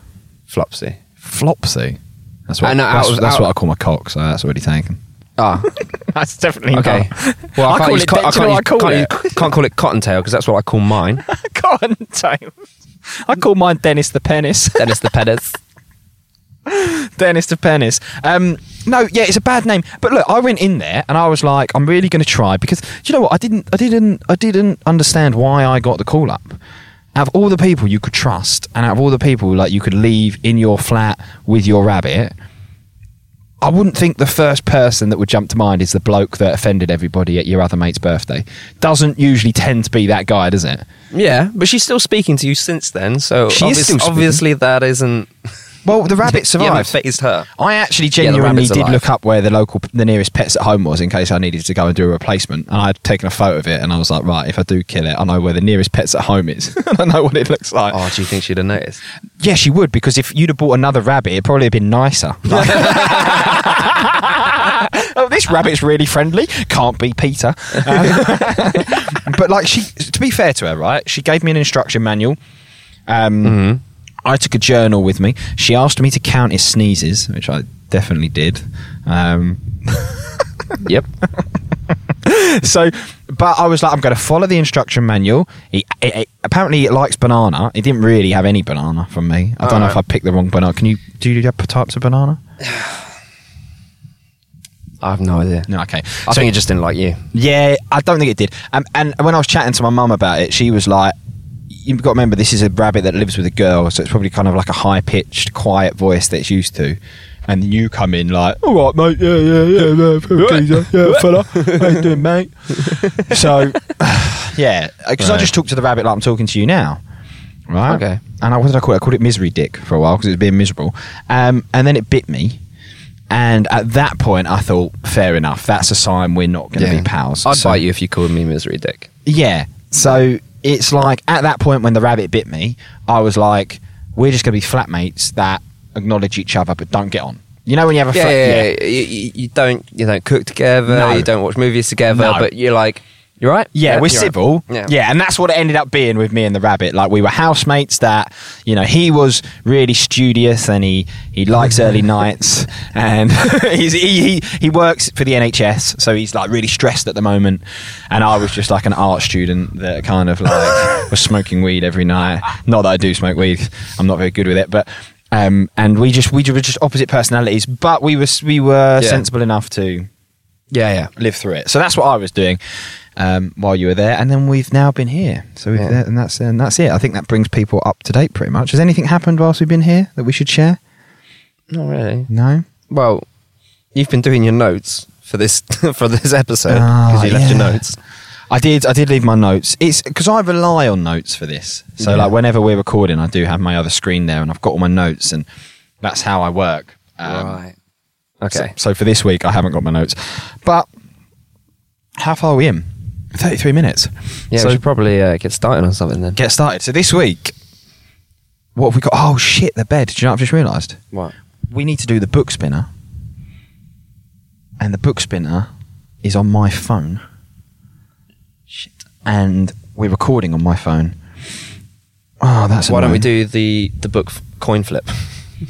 Flopsy. Flopsy. That's what. I know, that's, uh, out of- that's out- what I call my cock. So that's already taken. Ah, [laughs] That's definitely okay. Well, I [laughs] can't [laughs] use co- I can't use- can't use- can't call it cottontail because that's what I call mine. cotton tail. [laughs] I call mine Dennis the Penis. Dennis the Pettis. Dennis the Penis. Um, no, yeah, it's a bad name. But look, I went in there and I was like, I'm really going to try because do you know what? I didn't, I didn't, I didn't understand why I got the call up. Out of all the people you could trust, and out of all the people like you could leave in your flat with your rabbit, I wouldn't think the first person that would jump to mind is the bloke that offended everybody at your other mate's birthday. Doesn't usually tend to be that guy, does it? Yeah, but she's still speaking to you since then, so She is obvious- still speaking. obviously that isn't. Well, the rabbit You survived. haven't phased her. I actually Yeah, the genuinely rabbits are did alive. look up where the local, the nearest pets at home was in case I needed to go and do a replacement. And I'd taken a photo of it, and I was like, right, if I do kill it, I know where the nearest pets at home is. [laughs] I know what it looks like. Oh, do you think she'd have noticed? Yeah, she would because if you'd have bought another rabbit, it'd probably have been nicer. [laughs] oh, this rabbit's really friendly. Can't be Peter. Um, [laughs] but like she, to be fair to her, right? She gave me an instruction manual. Um, I took a journal with me. She asked me to count his sneezes, which I definitely did. Um, [laughs] Yep. so, but I was like, I'm going to follow the instruction manual. He, it, it- apparently, it likes banana. It didn't really have any banana from me. I don't know if I picked the wrong banana. Can you do you have types of banana? I have no idea. No, okay. I think it just didn't like you. Yeah, I don't think it did. Um, and when I was chatting to my mum about it, she was like, "You've got to remember, this is a rabbit that lives with a girl, so it's probably kind of like a high pitched, quiet voice that it's used to." And then you come in like, "All right, mate. Yeah, yeah, yeah, [laughs] man, geezer, yeah, fella. How you doing, mate?" so, [sighs] yeah, because I Right. just talk to the rabbit like I'm talking to you now. Right. Okay. And I, what did I call it? I called it misery dick for a while because it was being miserable. Um, and then it bit me. And at that point, I thought, fair enough. That's a sign we're not going to be pals. I'd So- bite you if you called me misery dick. Yeah. So it's like at that point when the rabbit bit me, I was like, we're just going to be flatmates that acknowledge each other but don't get on. You know when you have a Yeah, flat- yeah, yeah. You, you- you don't you don't cook together. No. You don't watch movies together. No. But you're like, you're right. Yeah, we're you're right. civil. Yeah. Yeah. and that's what it ended up being with me and the rabbit. Like we were housemates that, you know, he was really studious and he, he likes early nights and [laughs] he's, he, he he works for the NHS, so he's like really stressed at the moment. And I was just like an art student that kind of like was smoking weed every night. Not that I do smoke weed. I'm not very good with it, but um, and we just we were just opposite personalities, but we were we were Yeah. sensible enough to Yeah, yeah. live through it. So that's what I was doing um, while you were there, and then we've now been here. So we've, Yeah. and that's uh, and that's it. I think that brings people up to date pretty much. Has anything happened whilst we've been here that we should share? Not really. No. Well, you've been doing your notes for this [laughs] for this episode Ah, because Uh, you left yeah. your notes. I did. I did leave my notes. It's because I rely on notes for this. So Yeah. like whenever we're recording, I do have my other screen there, and I've got all my notes, and that's how I work. Um, right. so- Okay. So, for this week, I haven't got my notes. But how far are we in? Thirty-three minutes. yeah, So we should probably uh, get started on something then. get started. So this week, what have we got? Oh shit, the bed. Do you know what I've just realised? What? We need to do the book spinner, and the book spinner is on my phone. Shit. And we're recording on my phone. Oh, that's. Why don't we annoying. do the the book f- coin flip? [laughs]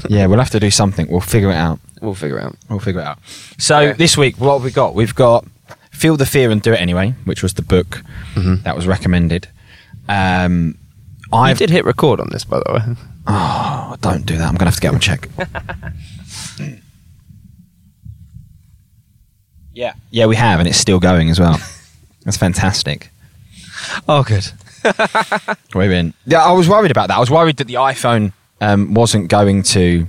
Yeah, we'll have to do something. We'll figure it out. We'll figure it out. We'll figure it out. So Okay. this week, what have we got? We've got Feel the Fear and Do It Anyway, which was the book that was recommended. Um, I I've Mm-hmm. did hit record on this, by the way. Oh, don't do that. I'm going to have to get him a check. yeah. Yeah, we have, and it's still going as well. That's fantastic. Oh, [laughs] good. We're in. Yeah, I was worried about that. I was worried that the iPhone um, wasn't going to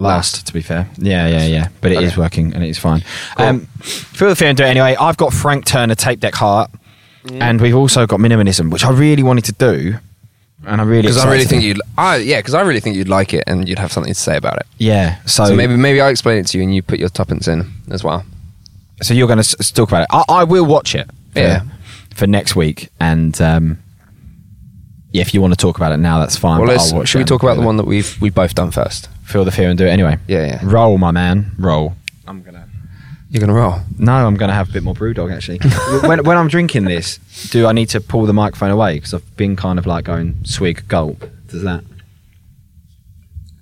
last, to be fair. Yeah, yeah, yeah. But it is working and it is fine. Um, feel the fear and do it anyway. I've got Frank Turner Tape Deck Heart, and we've also got Minimalism, which I really wanted to do. And I really Because I really excited. think you'd, I, yeah, because I really think you'd like it and you'd have something to say about it. yeah. So, So maybe maybe I'll explain it to you and you put your tuppence in as well. so you're going to s- talk about it. I, I will watch it. For, Yeah. For next week, and um, yeah, if you want to talk about it now, that's fine. Well, but let's, I'll watch it should we and talk about do the it. one that we've we've both done first? Feel the fear and do it anyway. Yeah, yeah. Roll, my man. Roll. You're gonna roll. No, I'm going to have a bit more brewdog [laughs] actually. when, when I'm drinking this, do I need to pull the microphone away because I've been kind of like going swig gulp? Does that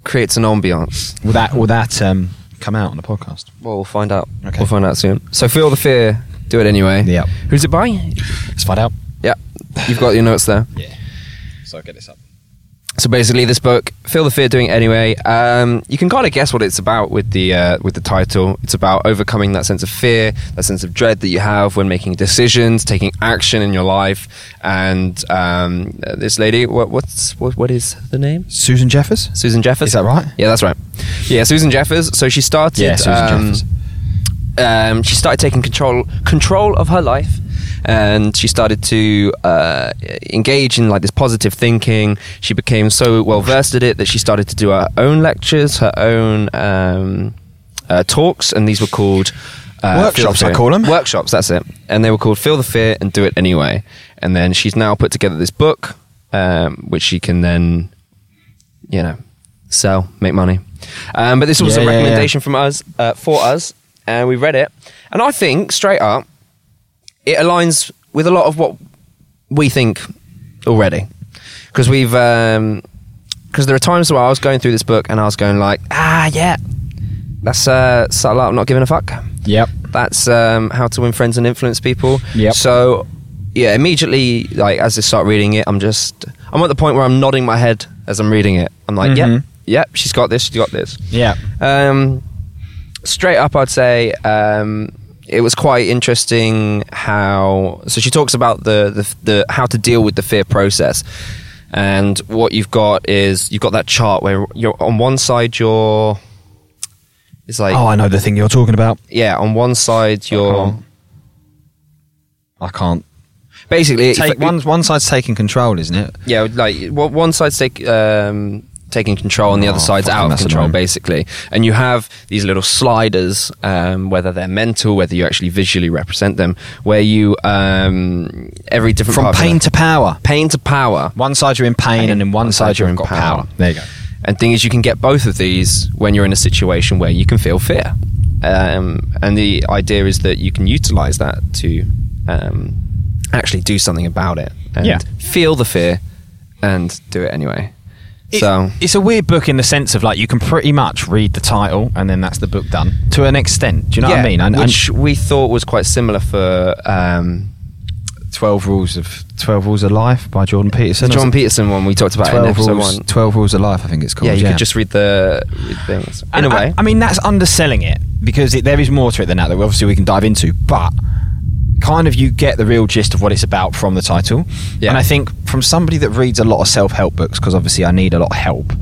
Creates an ambiance. will that will that um, come out on the podcast? Well, we'll find out. Okay. We'll find out soon. So feel the fear. Do it anyway. Yep. Who's it by? Let's find out. Yeah. You've got your notes there. Yeah. So I get this up. So basically, this book, Feel the Fear Doing It Anyway, um, you can kind of guess what it's about with the, uh, with the title. It's about overcoming that sense of fear, that sense of dread that you have when making decisions, taking action in your life. And um, uh, this lady, what, what's, what, what is the name? Susan Jeffers? Susan Jeffers. Is that right? Yeah, that's right. Yeah, Susan Jeffers. So she started. Yeah, Susan um, Jeffers. um, she started taking control control of her life, and she started to uh, engage in like this positive thinking. She became so well versed at it that she started to do her own lectures, her own um, uh, talks, and these were called. Uh, Feel the Workshops, I Fear. call 'em. Workshops, that's it. And they were called Feel the Fear and Do It Anyway. And then she's now put together this book, um, which she can then you know, sell, make money. Um, but this was Yeah, a yeah, yeah. recommendation from us uh, for us, and we read it. And I think straight up, it aligns with a lot of what we think already, because we've because there are times where I was going through this book and I was going like, ah, yeah, that's uh, subtle art of not giving a fuck. Yep. That's um, how to win friends and influence people. Yep. So yeah, immediately like as I start reading it, I'm just I'm at the point where I'm nodding my head as I'm reading it. I'm like, Mhm. yep, yep, she's got this, she's got this. Yeah. Um, straight up, I'd say um, it was quite interesting how. So she talks about the, the the how to deal with the fear process, and what you've got is you've got that chart where you're on one side you're. It's like Oh, Uh-huh. I know the thing you're talking about. yeah, on one side you're on. I can't. basically Take, if- one, one side's taking control, isn't it? Yeah, like w- one side's take, um, taking control and the Oh, other side's fucking out of that's control, annoying. basically. And you have these little sliders, um, whether they're mental, whether you actually visually represent them, where you um, every different From part of pain the- to power. pain to power. One side you're in pain, and then one, side you're in got power. There you go. And thing is, you can get both of these when you're in a situation where you can feel fear. Um, and the idea is that you can utilize that to um, actually do something about it and Yeah. feel the fear and do it anyway. It- so it's a weird book in the sense of like you can pretty much read the title and then that's the book done to an extent. Do you know what I mean? And, and- which we thought was quite similar for um, twelve rules of twelve rules of life by Jordan Peterson. the John Peterson one we talked about in Twelve episode rules. one. Twelve rules of life. I think it's called. Yeah, you could just read the read things in And a way. I, I mean, that's underselling it because it, there is more to it than that that we- obviously we can dive into, but kind of you get the real gist of what it's about from the title. Yeah. And I think from somebody that reads a lot of self help books, because obviously I need a lot of help.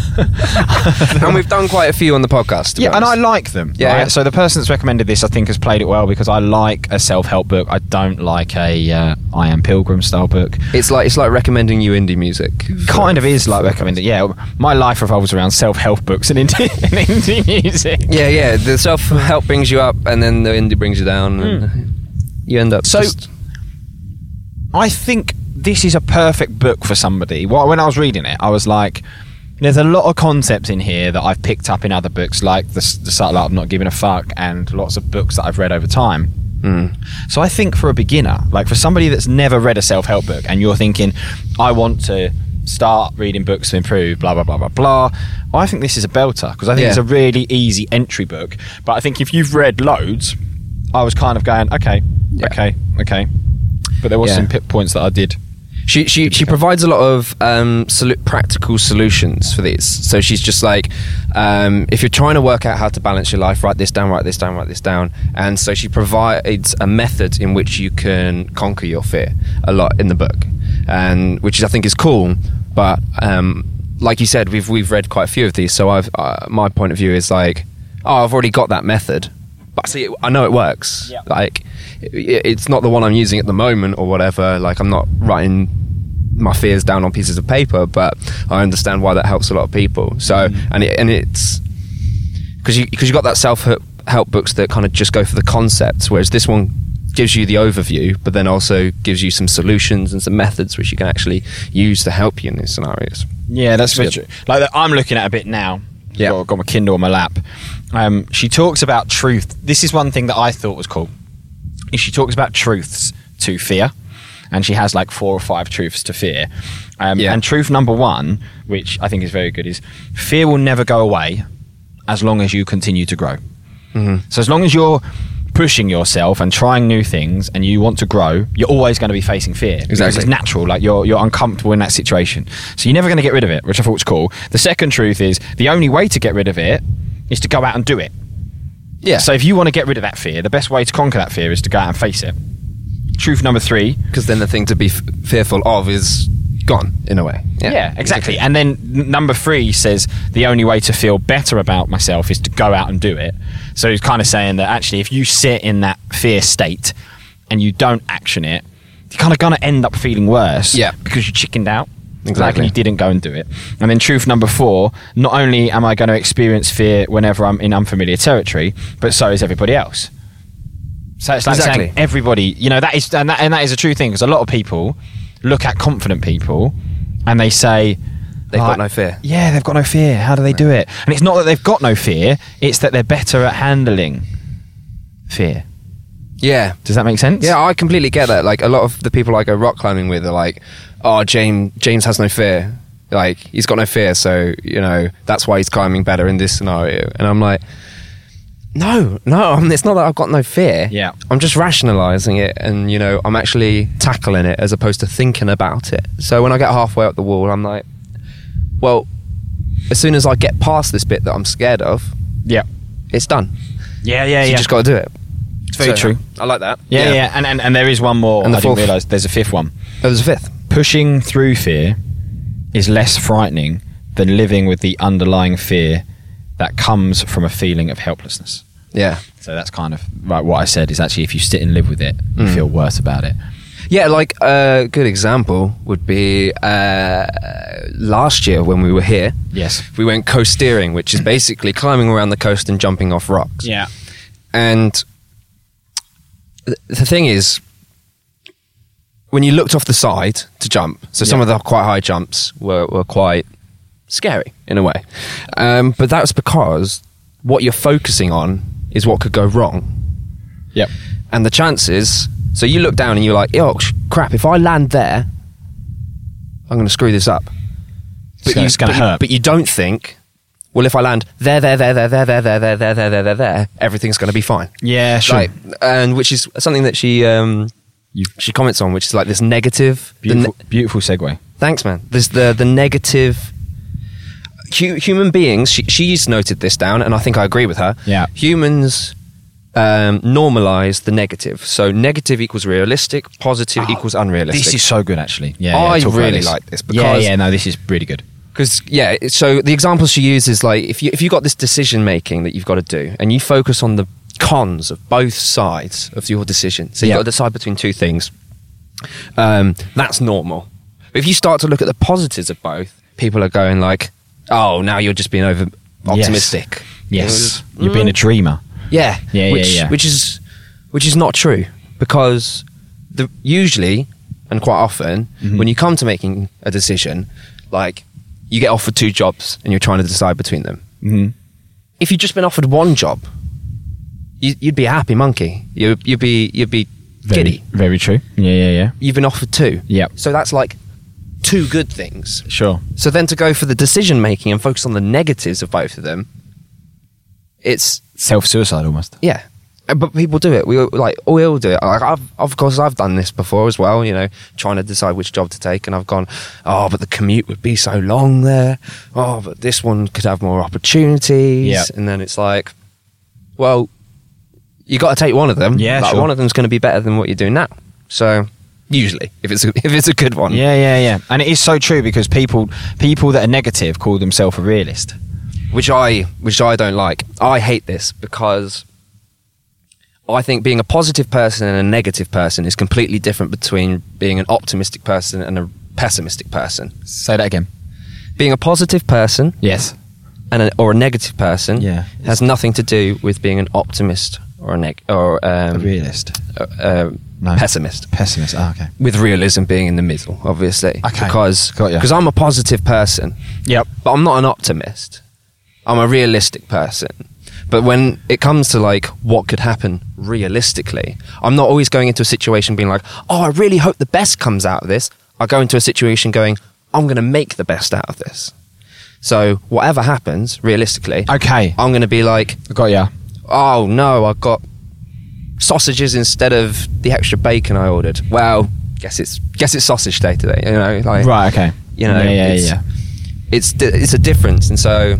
[laughs] and we've done quite a few on the podcast. to be Yeah, and I honest. like them. Yeah, right? yeah. So the person that's recommended this, I think, has played it well because I like a self-help book. I don't like a uh, I Am Pilgrim style book. it's like it's like recommending you indie music. Kind of is like recommended. Yeah, my life revolves around self-help books and [laughs] indie, and indie music. Yeah, yeah. The self help brings you up, and then the indie brings you down, and you end up. So- just- I think this is a perfect book for somebody. Well, when I was reading it, I was like, there's a lot of concepts in here that I've picked up in other books, like The, S- the Subtle Art of Not Giving a Fuck and lots of books that I've read over time. So I think for a beginner, like for somebody that's never read a self help book and you're thinking, I want to start reading books to improve, blah, blah, blah, blah, blah, I think this is a belter because I think Yeah. it's a really easy entry book. But I think if you've read loads, I was kind of going, okay, Yeah. okay, okay. But there was Yeah. some pit points that I did. She she, she provides a lot of um, solu- practical solutions for these. So she's just like, um, if you're trying to work out how to balance your life, write this down, write this down, write this down. And so she provides a method in which you can conquer your fear a lot in the book, and which is, I think is cool. But um, like you said, we've we've read quite a few of these. So I've uh, my point of view is like, oh, I've already got that method. But see, I know it works. Yeah. Like, i- i it's not the one I'm using at the moment or whatever. Like, I'm not writing my fears down on pieces of paper, but I understand why that helps a lot of people. So, and it, and it's because you because you got that self help books that kind of just go for the concepts, whereas this one gives you the overview, but then also gives you some solutions and some methods which you can actually use to help you in these scenarios. Yeah, that's That's which, good. like I'm looking at a bit now. Yeah. got, got my Kindle on my lap. Um, she talks about truth. This is one thing that I thought was cool. Is she talks about truths to fear, and she has like four or five truths to fear. Um, Yeah. And truth number one, which I think is very good, is fear will never go away as long as you continue to grow. So as long as you're pushing yourself and trying new things and you want to grow, you're always going to be facing fear. Because Exactly. It's natural. Like you're you're uncomfortable in that situation. So you're never going to get rid of it, which I thought was cool. The second truth is the only way to get rid of it is to go out and do it. Yeah. So if you want to get rid of that fear, the best way to conquer that fear is to go out and face it. Truth number three. because then the thing to be f- fearful of is gone in a way. Yeah, exactly. And then n- number three says the only way to feel better about myself is to go out and do it. So he's kind of saying that actually, if you sit in that fear state and you don't action it, you're kind of going to end up feeling worse. Yeah. Because you chickened out. Like, Exactly. and you didn't go and do it. And then truth number four not only am I going to experience fear whenever I'm in unfamiliar territory, but so is everybody else. So it's like Exactly. saying everybody, you know, that is and that, and that is a true thing because a lot of people look at confident people and they say They've like, got no fear. Yeah, they've got no fear. How do they do it? And it's not that they've got no fear; it's that they're better at handling fear. Yeah. Does that make sense? Yeah, I completely get that. Like a lot of the people I go rock climbing with are like, "Oh, James, James has no fear. Like he's got no fear, so you know that's why he's climbing better in this scenario." And I'm like, "No, no, I'm, it's not that I've got no fear. Yeah. I'm just rationalizing it, and you know, I'm actually tackling it as opposed to thinking about it. So when I get halfway up the wall, I'm like, well, as soon as I get past this bit that I'm scared of, yeah, it's done. yeah, yeah. yeah. So you just got to do it. it's very So, true. I like that. Yeah, yeah, And, and and there is one more. And the I didn't fourth- realize there's a fifth one. That was a fifth. Pushing through fear is less frightening than living with the underlying fear that comes from a feeling of helplessness. Yeah. So that's kind of like what I said is actually if you sit and live with it, you feel worse about it. Yeah, like a good example would be uh, last year when we were here. Yes. We went coast steering, which is basically climbing around the coast and jumping off rocks. Yeah. And th- the thing is, when you looked off the side to jump, so some Yeah. of the quite high jumps were, were quite scary in a way. Um, but that's because what you're focusing on is what could go wrong Yep. and the chances. So you look down and you're like, "Oh sh- crap! If I land there, I'm going to screw this up." It's gonna- you- it's gonna but you- hurt. but you don't think, "Well, if I land there, there, there, there, there, there, there, there, there, there, there, there, there, everything's going to be fine." Yeah, sure. Like, and which is something that she um, You- she comments on, which is like this negative. the ne- Beautiful, beautiful segue. Thanks, man. There's the the negative. Hu- human beings. She, she's noted this down, and I think I agree with her. Yeah. Humans um, normalize the negative. So negative equals realistic. Positive equals unrealistic. Ah, This is so good, actually. Yeah, I yeah, talk about really like this yeah, because- yeah, no, this is really good. Because yeah, it- so the example she uses like if you if you got this decision making that you've got to do, and you focus on the cons of both sides of your decision. So you've Yeah. got to decide between two things. Um, that's normal. But if you start to look at the positives of both, people are going like, "Oh, now you're just being over optimistic." Yes, you're being a dreamer. Yeah, Yeah, yeah, which, yeah. Which is which is not true because the usually and quite often Mm-hmm. when you come to making a decision, like you get offered two jobs and you're trying to decide between them. Mhm. If you'd just been offered one job, you, you'd be a happy monkey. You, you'd be you'd be Very, giddy. very true. Yeah, yeah, yeah. You've been offered two. Yep. So that's like two good things. Sure. So then to go for the decision making and focus on the negatives of both of them, it's Self suicide almost. yeah, Uh, but people do it. We all- like we all do it. Like I've, of course, I've done this before as well. You know, trying to decide which job to take, and I've gone, oh, but the commute would be so long there. Oh, but this one could have more opportunities. Yeah. and then it's like, well, you got to take one of them. Yeah, like, sure. one of them's going to be better than what you do now. So usually, if it's a, [laughs] if it's a good one, Yeah, yeah, yeah. And it is so true because people people that are negative call themselves a realist. which I which I don't like. I hate this because I think being a positive person and a negative person is completely different between being an optimistic person and a pessimistic person. Say that again. Being a positive person Yes. and a, or a negative person Yeah. has nothing to do with being an optimist or a neg- or A um, realist. uh, uh, No. pessimist. Pessimist. Oh, okay. With realism being in the middle, obviously, Okay. because Got ya. because I'm a positive person Yep. but I'm not an optimist. I'm a realistic person. But when it comes to like what could happen realistically, I'm not always going into a situation being like, "Oh, I really hope the best comes out of this." I go into a situation going, "I'm going to make the best out of this." So, whatever happens realistically, Okay. I'm going to be like, Got ya. "Oh no, I got sausages instead of the extra bacon I ordered. Well, guess it's guess it's sausage day today. You know, like Right. Okay. You know, Yeah. Yeah. it's- yeah. it's di- it's a difference, and so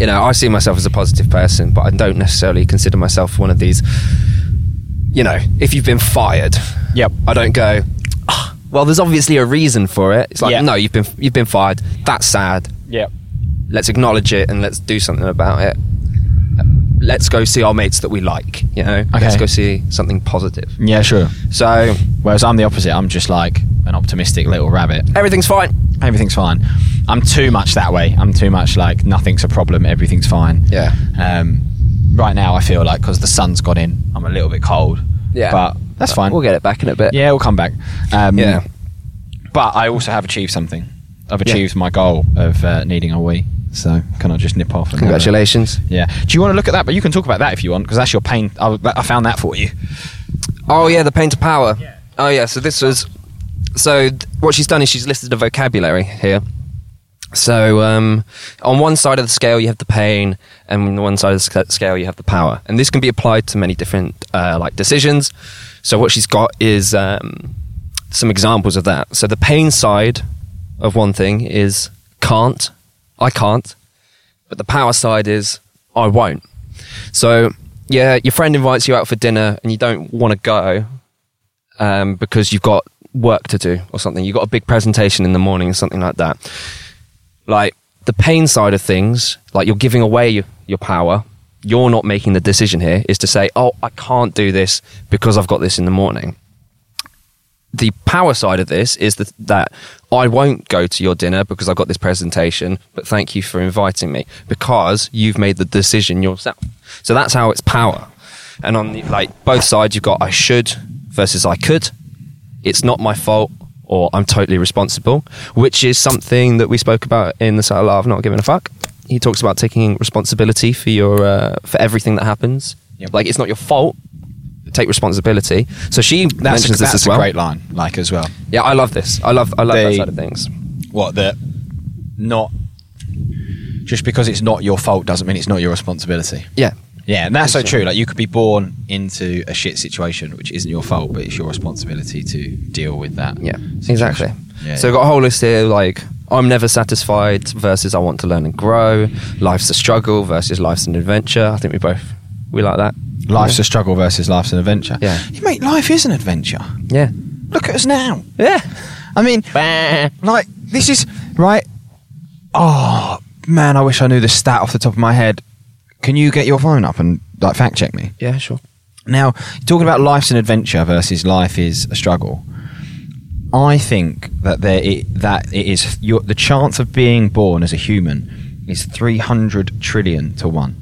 you know I see myself as a positive person, but I don't necessarily consider myself one of these. You know, if you've been fired, Yep. I don't go. "Ah, well, there's obviously a reason for it. It's like Yeah. no, you've been you've been fired. That's sad. Yep. Let's acknowledge it and let's do something about it. Let's go see our mates that we like. You know, let's Okay. go see something positive. Yeah. Sure. So Whereas I'm the opposite. I'm just like an optimistic little rabbit. everything's fine. Everything's fine. I'm too much that way. I'm too much like nothing's a problem. Everything's fine. Yeah. Um, right now I feel like because the sun's gone in, I'm a little bit cold. Yeah. But that's fine. We'll get it back in a bit. Yeah, we'll come back. Um, Yeah. But I also have achieved something. I've Yeah. achieved my goal of uh, needing a wee. So can I just nip off? and have a- Congratulations. Yeah. Do you want to look at that? But you can talk about that if you want, because that's your pain. I, I found that for you. Oh yeah, the pain to power. Oh yeah, so this was so th- what she's done is she's listed a vocabulary here. So um, on one side of the scale you have the pain, and on one side of the sc- scale you have the power, and this can be applied to many different uh, like decisions. So what she's got is um, some examples of that. So the pain side of one thing is can't, I can't, but the power side is I won't. So yeah, your friend invites you out for dinner and you don't want to go um, because you've got work to do or something. You've got a big presentation in the morning or something like that. Like the pain side of things, like you're giving away your, your power. You're not making the decision here is to say, oh, I can't do this because I've got this in the morning. The power side of this is that, that I won't go to your dinner because I've got this presentation, but thank you for inviting me because you've made the decision yourself. So that's how it's power. And on the, like both sides, you've got I should versus I could. It's not my fault or I'm totally responsible, which is something that we spoke about in the Salah of not giving a fuck. He talks about taking responsibility for your uh, for everything that happens. Yep. Like it's not your fault. Take responsibility. So she That's, mentions this that's as a well. great line, like as well. Yeah, I love this. I love I love that They- side of things. What that? Not just because it's not your fault doesn't mean it's not your responsibility. Yeah. Yeah, and that's so true. Like you could be born into a shit situation, which isn't your fault, but it's your responsibility to deal with that. Yeah. situation. Exactly. Yeah, so yeah. we've got a whole list here like I'm never satisfied versus I want to learn and grow. Life's a struggle versus life's an adventure. I think we both we like that. Life's a struggle versus life's an adventure. Yeah. mate, life is an adventure. Yeah. Look at us now. Yeah. I mean, like this is right. Oh man, I wish I knew the stat off the top of my head. Can you get your phone up and like fact check me? Yeah, sure. Now, talking about life's an adventure versus life is a struggle. I think that there it, that it is your, the chance of being born as a human is 300 trillion to 1.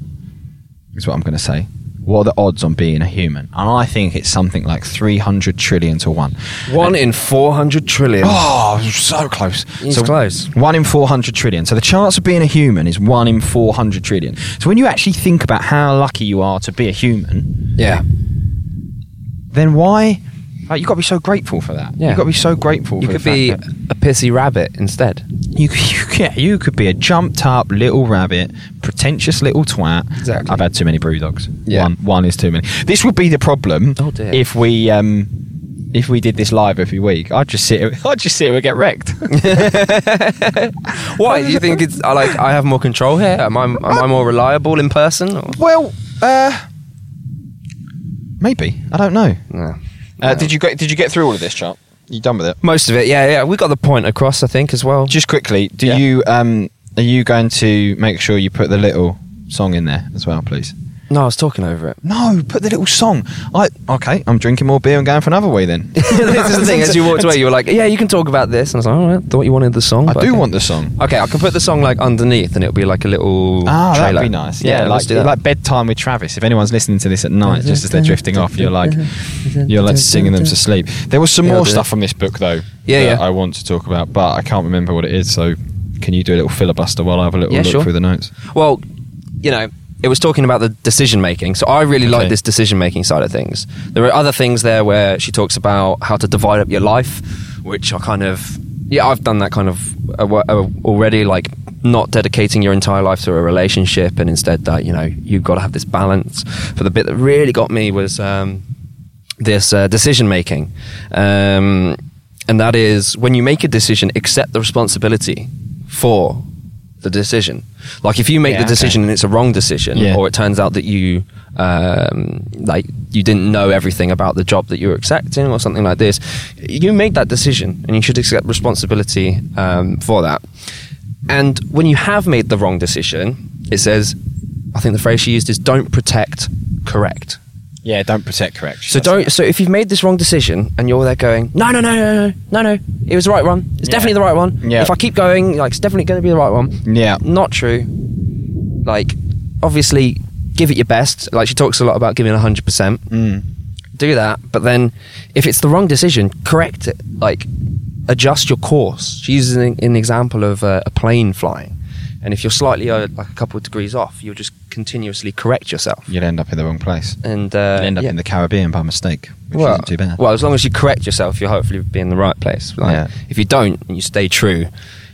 Is what I'm going to say. What are the odds on being a human? And I think it's something like 300 trillion to 1. One in 400 trillion. Oh, so close. It's so close. One in 400 trillion. So the chance of being a human is one in 400 trillion. So when you actually think about how lucky you are to be a human, Yeah. then why? Like, you've got to be so grateful for that. Yeah. You've got to be so grateful You for could the be a fact pissy rabbit instead. that you, you, yeah, you could [laughs] be a jumped up little rabbit, pretentious little twat. Exactly. I've had too many brew dogs. Yeah. One, one is too many. This would be the problem Oh, dear. if we. Um, if we did this live every week, I'd just sit. here- [laughs] I'd just sit here and get [laughs] wrecked. Why do you think it's I like I have more control here? Am I am I more reliable in person? Or? Well, uh, maybe I don't know. No. Uh, did you get Did you get through all of this, chart? You done with it? Most of it, yeah, yeah. We got the point across, I think, as well. Just quickly, do Yeah. you um are you going to make sure you put the little song in there as well, please? No, I was talking over it. No, put the little song. I okay. I'm drinking more beer and going for another way then. [laughs] [laughs] this is the thing. As you walked away, you were like, "Yeah, you can talk about this." And I was like, "All right, thought you wanted the song." I but do okay. want the song. Okay, I can put the song like underneath, and it'll be like a little. Ah, trailer. that'd be nice. Yeah, let's like do that. like bedtime with Travis. If anyone's listening to this at night, just as they're drifting off, you're like you're like singing them to sleep. There was some Yeah, I'll more do stuff it. from this book though. Yeah, that yeah. I want to talk about, but I can't remember what it is. So, can you do a little filibuster while I have a little Yeah, look sure. through the notes? well, you know, it was talking about the decision making. So I really like Okay. this decision making side of things. There are other things there where she talks about how to divide up your life, which I kind of yeah, I've done that kind of uh, wo- uh, already, like not dedicating your entire life to a relationship, and instead that you know you've got to have this balance. But the bit that really got me was um, this uh, decision making, um, and that is when you make a decision, accept the responsibility for the decision. Like if you make Yeah, the okay. decision and it's a wrong decision, Yeah. or it turns out that you um, like you didn't know everything about the job that you were accepting or something like this you made that decision and you should accept responsibility um, for that and when you have made the wrong decision it says i think the phrase she used is don't protect correct Yeah, don't protect correct. so don't so if you've made this wrong decision and you're there going no no no no no no no it was the right one it's Yeah. definitely the right one Yeah. if i keep going like it's definitely going to be the right one Yeah. not true. Like, obviously, give it your best. Like, she talks a lot about giving 100%. Mm. Do that. But then, if it's the wrong decision, correct it. Like, adjust your course. She uses an, an example of uh, a plane flying. And if you're slightly, uh, like, a couple of degrees off, you'll just continuously correct yourself. You'll end up in the wrong place. And uh, You'll end up yeah. in the Caribbean by mistake, which well, isn't too bad. Well, as long as you correct yourself, you'll hopefully be in the right place. Like, Yeah. If you don't and you stay true,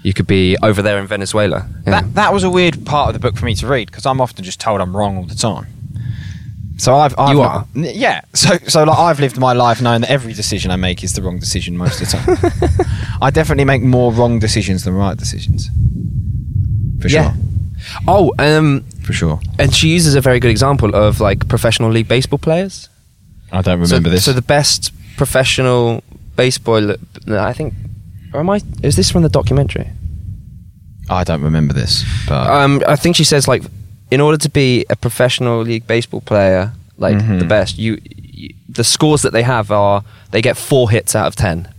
you could be over there in Venezuela. Yeah. That, that was a weird part of the book for me to read because I'm often just told I'm wrong all the time. So I've, I've You are? N- yeah. So so like I've lived my life knowing that every decision I make is the wrong decision most of the time. [laughs] I definitely make more wrong decisions than right decisions. For Yeah. sure. Oh, um, For sure. and she uses a very good example of like professional league baseball players. I don't So- remember this. So the best professional baseball, I think, or am I? Is this from the documentary? I don't remember this. But Um, I think she says like, in order to be a professional league baseball player, like Mhm. the best, you, you the scores that they have are they get four hits out of ten,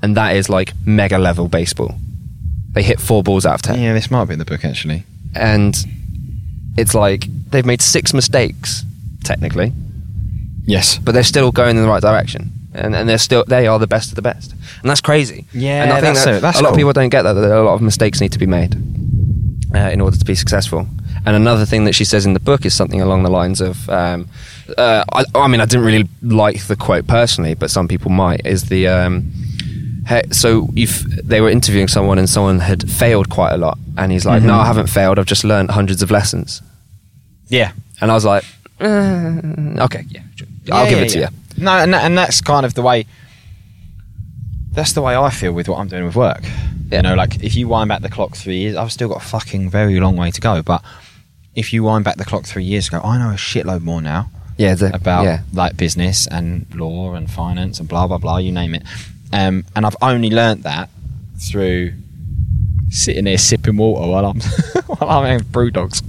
and that is like mega level baseball. They hit four balls out of ten. yeah, this might be in the book actually. and it's like they've made six mistakes technically, Yes. but they're still going in the right direction, and, and they're still they are the best of the best, and that's crazy. Yeah, and I think that's that it, that's a lot cool. of people don't get that, that a lot of mistakes need to be made uh, in order to be successful. And another thing that she says in the book is something along the lines of, um, uh, I, I mean, I didn't really like the quote personally, but some people might. Is the um, hey, so if they were interviewing someone and someone had failed quite a lot, and he's like, Mm-hmm. "No, I haven't failed. I've just learned hundreds of lessons." Yeah. And I was like, "Uh, "Okay, yeah, sure. I'll Yeah, give yeah, it to yeah. you." No, and, that- and that's kind of the way. That's the way I feel with what I'm doing with work. Yeah. You know, like if you wind back the clock three years, I've still got a fucking very long way to go. But if you wind back the clock three years ago, I know a shitload more now Yeah, the, about yeah. like business and law and finance and blah blah blah. You name it. Um, and I've only learnt that through sitting there sipping water while I'm [laughs] while I'm having brew dogs.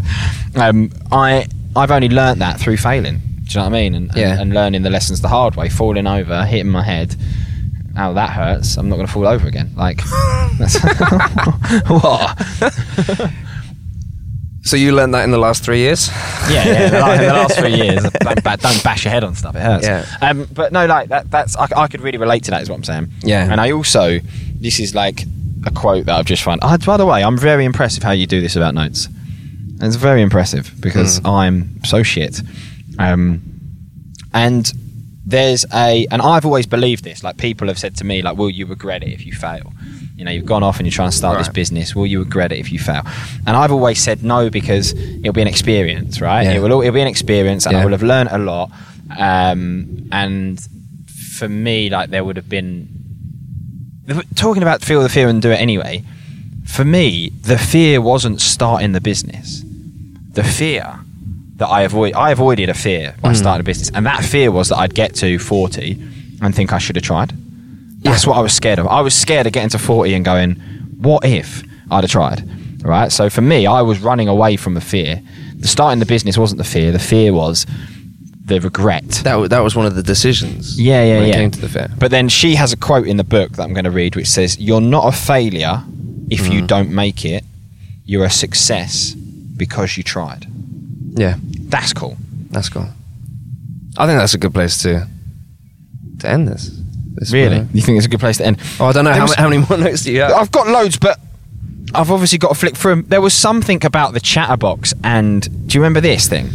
Um, I I've only learnt that through failing. Do you know what I mean? And, and- Yeah. and learning the lessons the hard way, falling over, hitting my head. Oh, that hurts! I'm not going to fall over again. [laughs] Like, that's, [laughs] what? So you learned that in the last three years? Yeah, yeah. The last, the last three years, don't, ba- don't bash your head on stuff. It hurts. Yeah. Um, but no, like that. That's I, I could really relate to that. Is what I'm saying. Yeah. And I also, this is like a quote that I've just found. Uh, by the way, I'm very impressed with how you do this about notes. It's very impressive because Mm. I'm so shit. Um, and there's a, and I've always believed this. Like people have said to me, like, "Will you regret it if you fail?" You know, you've gone off and you're trying to start this Right. business. Will you regret it if you fail? And I've always said no because it'll be an experience, right? Yeah. It will. al- It'll be an experience, and I Yeah. will have learned a lot. Um, and for me, like, there would have been talking about feel the fear and do it anyway. For me, the fear wasn't starting the business. The fear that I avoid, I avoided a fear by starting a business, and that fear was that I'd get to forty and think I should have tried. That's what I was scared of. I was scared of getting to forty and going, "What if I'd have tried?" Right. So for me, I was running away from the fear. The starting the business wasn't the fear. The fear was the regret. That w- that was one of the decisions. Yeah, yeah, when it yeah. Came to the fair. But then she has a quote in the book that I'm going to read, which says, "You're not a failure if you don't make it. You're a success because you tried." Yeah, That's cool. that's cool. I think that's a good place to to end this. this one. You think it's a good place to end? Oh, I don't know There how, was- Oh. ma- how many more [laughs] notes do you have. I've got loads, but I've obviously got to flick through 'em. There was something about the chatterbox, and do you remember this thing?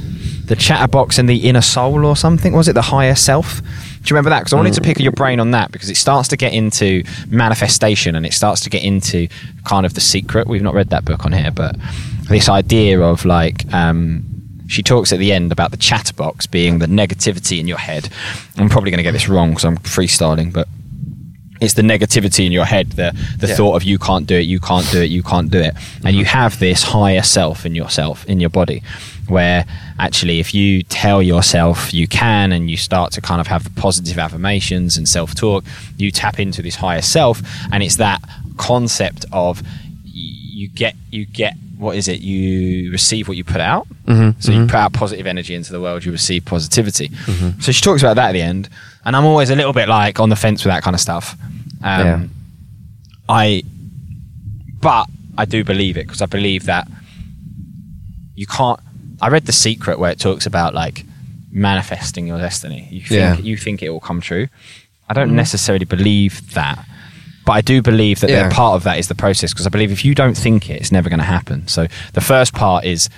The chatterbox and the inner soul, or something? Was it the higher self? you remember that? Because I wanted to pick your brain on that because it starts to get into manifestation and it starts to get into kind of the secret. We've not read that book on here, but this idea of like. Um, she talks at the end about the chatterbox being the negativity in your head. I'm probably going to get this wrong because I'm freestyling, but it's the negativity in your head, the the thought of you can't do it, you can't do it, you can't do it, and you have this higher self in yourself, in your body, where actually if you tell yourself you can, and you start to kind of have positive affirmations and self talk, you tap into this higher self, and it's that concept of you get you get what is it you receive what you put out Mm-hmm. so you put out positive energy into the world you receive positivity Mm-hmm. so she talks about that at the end and i'm always a little bit like on the fence with that kind of stuff um, Yeah. i but i do believe it because i believe that you can't i read the secret where it talks about like manifesting your destiny you think Yeah. Mm-hmm. you think it will come true i don't necessarily believe that but i do believe that Yeah. they're part of that is the process because i believe if you don't think it it's never going to happen so the first part is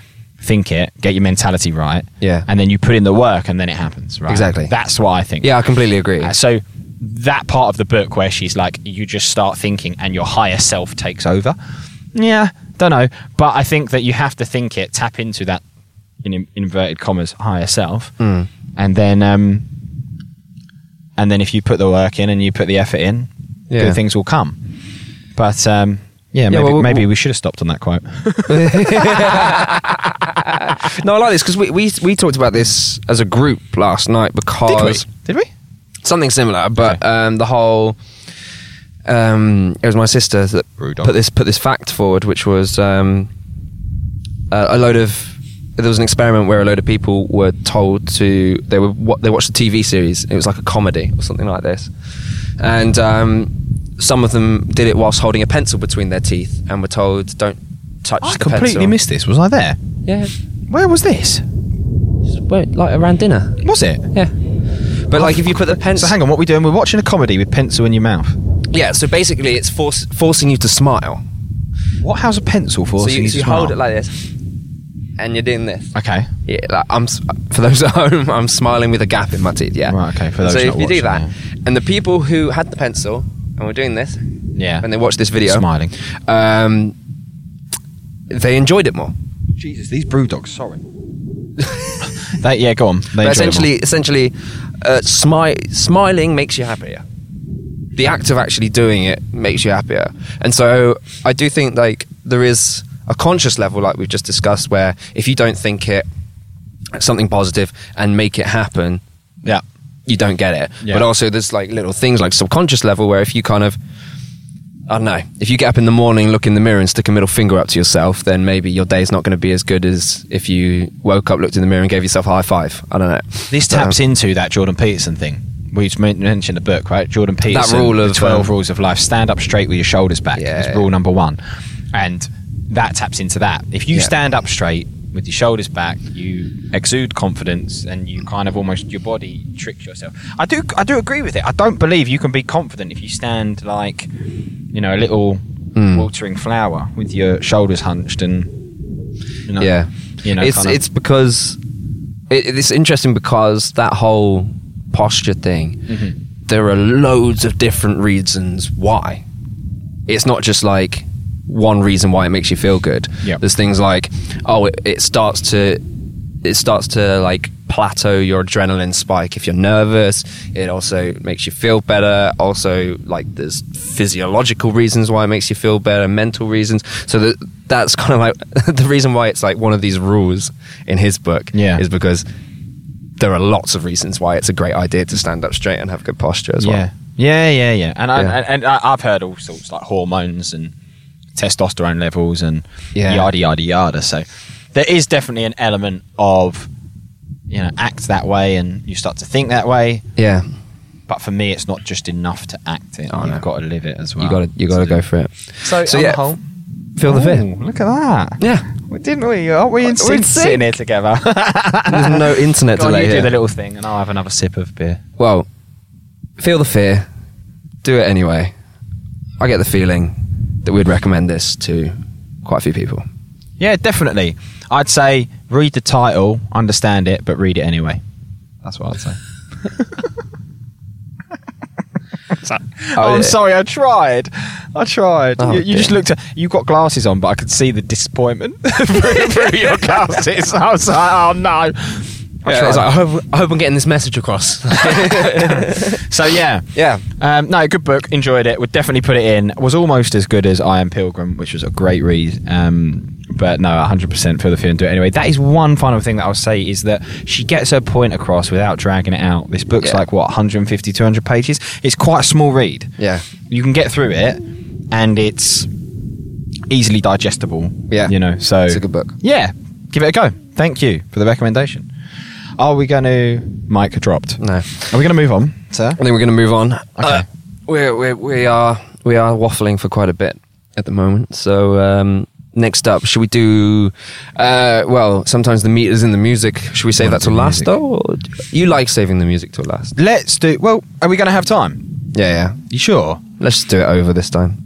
think it get your mentality right Yeah. and then you put in the work and then it happens right Exactly. that's what i think Yeah, I completely agree. uh, so that part of the book where she's like, you just start thinking and your higher self takes over. Yeah, don't know, but I think that you have to think it, tap into that in inverted commas higher self, and then um, and then if you put the work in and you put the effort in, Yeah. good things will come. But um, yeah, maybe, well, we- maybe we should have stopped on that [laughs] quote. No, I like this because we, we we talked about this as a group last night Oh, because Did we? something similar, but Okay. um, the whole um, it was my sister that Rudolph. put this put this fact forward, which was um, a, a load of there was an experiment where a load of people were told to they were wa they watched a TV series. It was like a comedy or something like this, and um, some of them did it whilst holding a pencil between their teeth and were told don't touch. I the completely pencil. missed this. Was I there? Yeah, Where was this? just went, like around dinner. Was it? Yeah. But like if you put the Oh, So pencil hang on, what are we doing? We're watching a comedy with pencil in your mouth. Yeah, so basically it's force, forcing you to smile. What? How's a pencil for? so you, so you hold it like this and you're doing this. Okay. Yeah, like I'm s- for those [laughs] at home, I'm smiling with a gap in my teeth, yeah. Right, okay, for those So if not you do watching, that and the people who had the pencil and were doing this Yeah. and they watched this video Smiling. um they enjoyed it more. Jesus, these brew dogs. Sorry. they, yeah, go on. They But enjoy them essentially, essentially, uh, smi- smiling makes you happier. The act of actually doing it makes you happier, and so I do think like there is a conscious level, like we've just discussed, where if you don't think it something positive and make it happen, all. yeah. you don't get it. Yeah. But also, there's like little things like subconscious level where if you kind of I don't know. If you get up in the morning, look in the mirror, and stick a middle finger up to yourself, then maybe your day's not going to be as good as if you woke up, looked in the mirror, and gave yourself a high five. I don't know. This But, um, taps into that Jordan Peterson thing. We've men- mentioned the book, right? Jordan Peterson, rule of, the twelve um, rules of life. Stand up straight with your shoulders back. Yeah, is yeah. rule number one, and that taps into that. If you Yeah. stand up straight with your shoulders back, you exude confidence, and you kind of almost your body tricks yourself. I do, I do agree with it. I don't believe you can be confident if you stand like, you know, a little Hmm. watering flower with your shoulders hunched and, you know, Um, Yeah, you know, it's kinda- it's because it, it's interesting because that whole posture thing. Mm-hmm. There are loads of different reasons why. It's not just like one reason why it makes you feel good. Yep. There's things like oh, it, it starts to it starts to like plateau your adrenaline spike if you're nervous. It also makes you feel better. Also, like there's physiological reasons why it makes you feel better, mental reasons. So that that's kind of like [laughs] the reason why it's like one of these rules in his book. Yeah. is because there are lots of reasons why it's a great idea to stand up straight and have good posture as well. Yeah, yeah, yeah, yeah. And I, Yeah. and, and I, I've heard all sorts like hormones and testosterone levels and Yeah. yada yada yada. So there is definitely an element of you know act that way and you start to think that way. Yeah, But for me, it's not just enough to act it. Oh, You've no. got to live it as well. you got to you got to go for it. So, So, on the yeah, whole- Feel the fit. Ooh, look at that. [laughs] Yeah, We didn't we? Aren't we in We're in sync? sitting here [laughs] together? there's no internet Go on, delay you do here. the little thing, and I'll have another sip of beer. well, feel the fear, do it anyway. I get the feeling that we'd recommend this to quite a few people. Yeah, definitely. I'd say read the title, understand it, but read it anyway. That's what I'd say. So- oh, yeah. I'm sorry. I tried. I tried. Oh, you you just dear. looked at. You got glasses on, but I could see the disappointment [laughs] through, through [laughs] your glasses. I was like, oh no. I Yeah, it's tried. like, I, hope, I hope I'm getting this message across. so yeah, [laughs] yeah. Um, no, good book. Enjoyed it. Would definitely put it in. Was almost as good as I Am Pilgrim, which was a great read. Um, but no, 100% feel the fear and do it anyway. That is one final thing that I'll say is that she gets her point across without dragging it out. This book's Yeah. like, what, 150, 200 pages? It's quite a small read. Yeah. You can get through it, and it's easily digestible. Yeah. You know, so. It's a good book. Yeah. Give it a go. Thank you for the recommendation. Are we going to. Mike dropped. No. I Are we going to move on, sir? think we're going to move on. Okay. we're, we're, we, are, we are waffling for quite a bit at the moment. So, um, next up, should we do. Uh, well, sometimes the meat is in the music. Should we save Wanna that till do last, music. though? Or do- you like saving the music till last? Let's do. Well, are we going to have time? Yeah, yeah. You sure? Let's just do it over this time.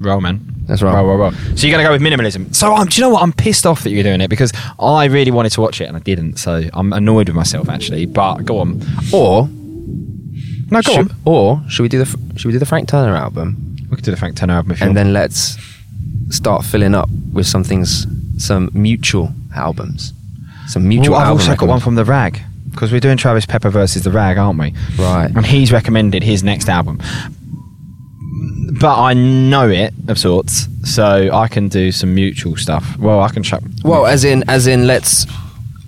Roll, man. That's Roll, right. roll, roll. So you're going to go with minimalism. So I'm, do you know what? I'm pissed off that you're doing it because I really wanted to watch it and I didn't. So I'm annoyed with myself, actually. But go on. Or No, Ah, go should, on. or should we do the should we do the Frank Turner album We could do the Frank Turner album if you and want. then let's start filling up with some things, some mutual albums, some mutual Ooh, I've album also got recommend- one from The Rag because we're doing Travis Pepper versus The Rag, aren't we? Right. And he's recommended his next album. But I know it of sorts, so I can do some mutual stuff. Well, I can chuck. Well, as in, as in, let's.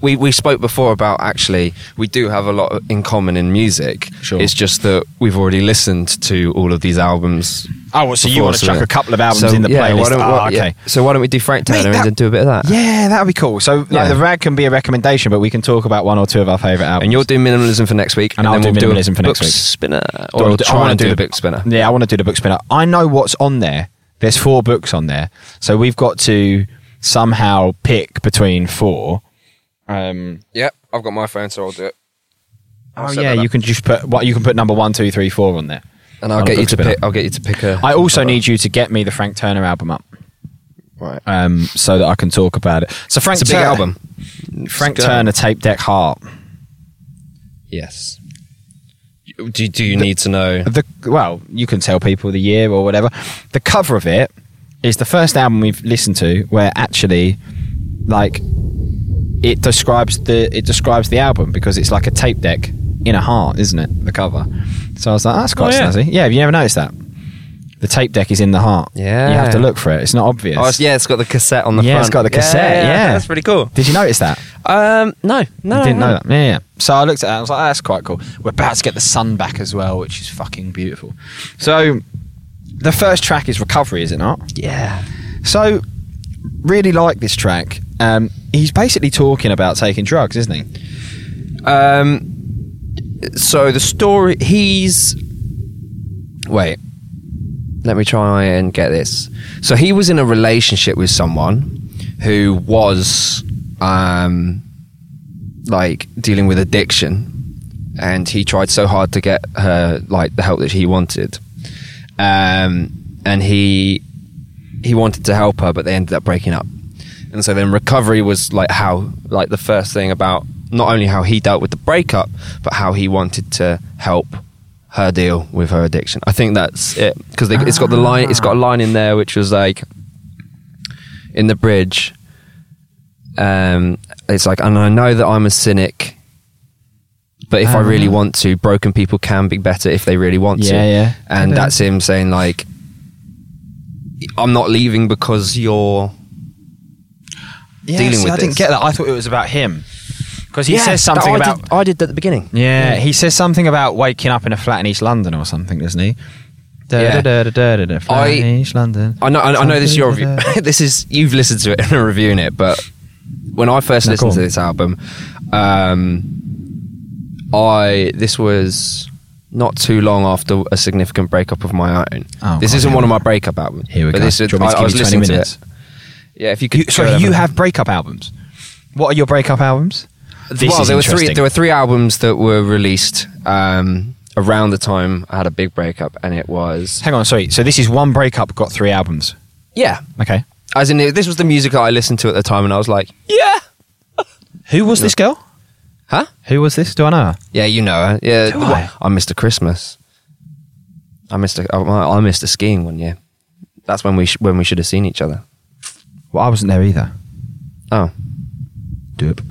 We we spoke before about actually we do have a lot in common in music. Sure. It's just that we've already listened to all of these albums. Oh, well, so you before, wanna chuck a couple of albums so, in the yeah, playlist. Why don't, Ah, why- yeah. okay. So why don't we do Frank Mate, Turner that- and then do a bit of that? Yeah, that would be cool. So like, Yeah. the rag can be a recommendation, but we can talk about one or two of our favourite albums. And you'll do minimalism for next week, And I'll then do we'll do minimalism a for next book week. Spinner, Do- or I'll do- try wanna and do the book spinner. Yeah, I want to do the book spinner. I know what's on there. There's four books on there, so we've got to somehow pick between four. Um, Yep, I've got my phone, so I'll do it. I'll oh set yeah, that you up. can just put what you can put number one, two, three, four on there. And I'll on a get you book to spinner. pick. I'll get you to pick a. I also need you to get me the Frank Turner album up, Right. um, so that I can talk about it. So Frank It's a big Turner- album. Frank It's good. Turner tape deck heart. Yes. Do Do you need to know? the well, you can tell people the year or whatever. The cover of it is the first album we've listened to where actually, like, it describes the it describes the album because it's like a tape deck in a heart, isn't it? The cover. So I was like, that's quite Oh, yeah. snazzy. Yeah, have you never noticed that? The tape deck is in the heart. you have to Yeah. look for it. It's not obvious. Oh, it's- yeah, it's got the cassette on the Yeah, front. it's got the cassette, yeah. that's pretty cool. Did you notice that? Um, no, no, I didn't no. know that. Yeah, yeah. So I looked at that. I was like, "Ah, that's quite cool. We're about to get the sun back as well, which is fucking beautiful. So the first track is Recovery, is it not? Yeah, So really like this track. Um, he's basically talking about taking drugs, isn't he? Um, so the story he's wait. Let me try and get this. So he was in a relationship with someone who was um like dealing with addiction and he tried so hard to get her like the help that he wanted. Um and he he wanted to help her but they ended up breaking up. And so then recovery was like how, like the first thing about not only how he dealt with the breakup, but how he wanted to help her deal with her addiction. I think that's it because it's got the line, it's got a line in there which was like in the bridge. Um, it's like, and I know that I'm a cynic, but if I really want to, broken people can be better if they really want to. Ah. Yeah, yeah. And Yeah. that's him saying like, I'm not leaving because you're Yeah, Dealing see, with I didn't this. get that. I thought it was about him because he says something I about. Did, I did at the beginning. Yeah, he says something about waking up in a flat in East London or something, doesn't he? Yeah. Da-da-da-da-da-da, flat I- in East London. I know. I, I know this. is Your review. [laughs] Da-da-da-da. this is you've listened to it and are reviewing it, but when I first No, go listened to on. this album, um, I this was not too long after a significant breakup of my own. Oh, this God, isn't here one of we my go. breakup albums. Here we but go. This, Do you is want me to I, give I was you 20 listening to minutes? it. Yeah, if you You, could. so you have breakup albums. What are your breakup albums? This well, is there were three. interesting. There were three albums that were released um, around the time I had a big breakup, and it was Hang on, sorry. So this is one breakup got three albums. yeah. Okay. As in, this was the music that I listened to at the time, and I was like, yeah. Who was this girl? Huh? Who was this? Do I know her? Yeah, you know her. Yeah, Do I? I missed a Christmas. I missed a, I I missed a skiing one year. That's when we sh- when we should have seen each other. Well, I wasn't there either. Oh, Doop.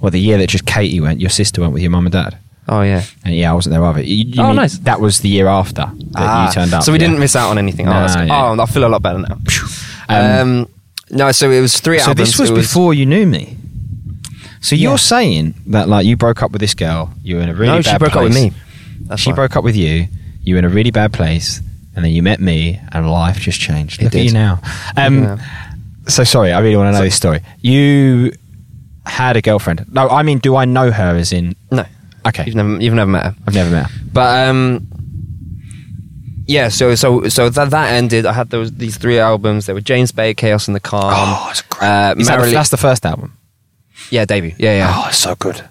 Well, the year that just Katie went, your sister went with your mum and dad. oh yeah. And yeah, I wasn't there either. You, you Oh, mean- nice. That was the year after that Ah, you turned up. So we yeah. didn't miss out on anything. Oh, No, that's good. yeah. oh, I feel a lot better now. Um, Um, no, so it was three so albums. this was, It before you knew me. So you're Yeah. saying that like you broke up with this girl, you were in a really no, bad she broke up place. with me. That's she why. broke up with you. You were in a really bad place, and then you met me, and life just changed. It Look at did. you now. Um, Yeah. So sorry, I really want to know So- this story. You had a girlfriend? No, I mean, do I know her? As in, No, okay, you've never you've never met her. I've never met her. But um, yeah. So so so that that ended. I had those these three albums. They were James Bay, Chaos in the Calm. Oh, it's Is uh, that the- Marilyn- Um, that's the first album. yeah, debut. Yeah, yeah. Oh, it's so good.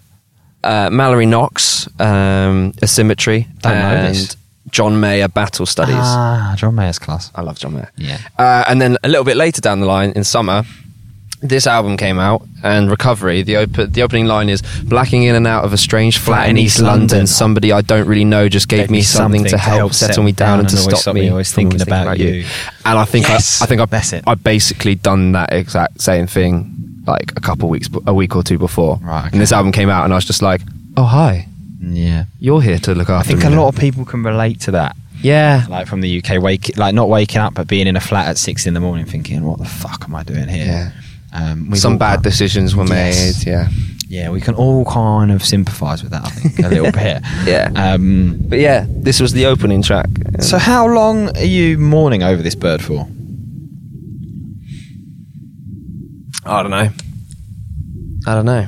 Uh, Mallory Knox, um, Asymmetry, Don't know and this. John Mayer, Battle Studies. Ah, John Mayer's class. I love John Mayer. Yeah. Uh, and then a little bit later down the line in summer, this album came out and Recovery. The, op- the opening line is Blacking in and out of a strange flat, in East London. Somebody I don't really know just gave, me something, to help, settle me down, and to always stop, stop me, me always from thinking about you. And I think Yes. I, I think I, That's it. I basically done that exact same thing like a couple weeks, b- a week or two before. Right, okay. And this album came out, and I was just like, Oh hi, Yeah. you're here to look I after. think me a now." lot of people can relate to that. yeah. Like from the UK, wake like not waking up, but being in a flat at six in the morning, thinking, "What the fuck am I doing here?" Um, we've Some all bad done- decisions were Yes. made. Yeah. Yeah, we can all kind of sympathise with that. I think a [laughs] little bit. Yeah. Um, But yeah, this was the opening track. so, how long are you mourning over this bird for? I don't know. I don't know.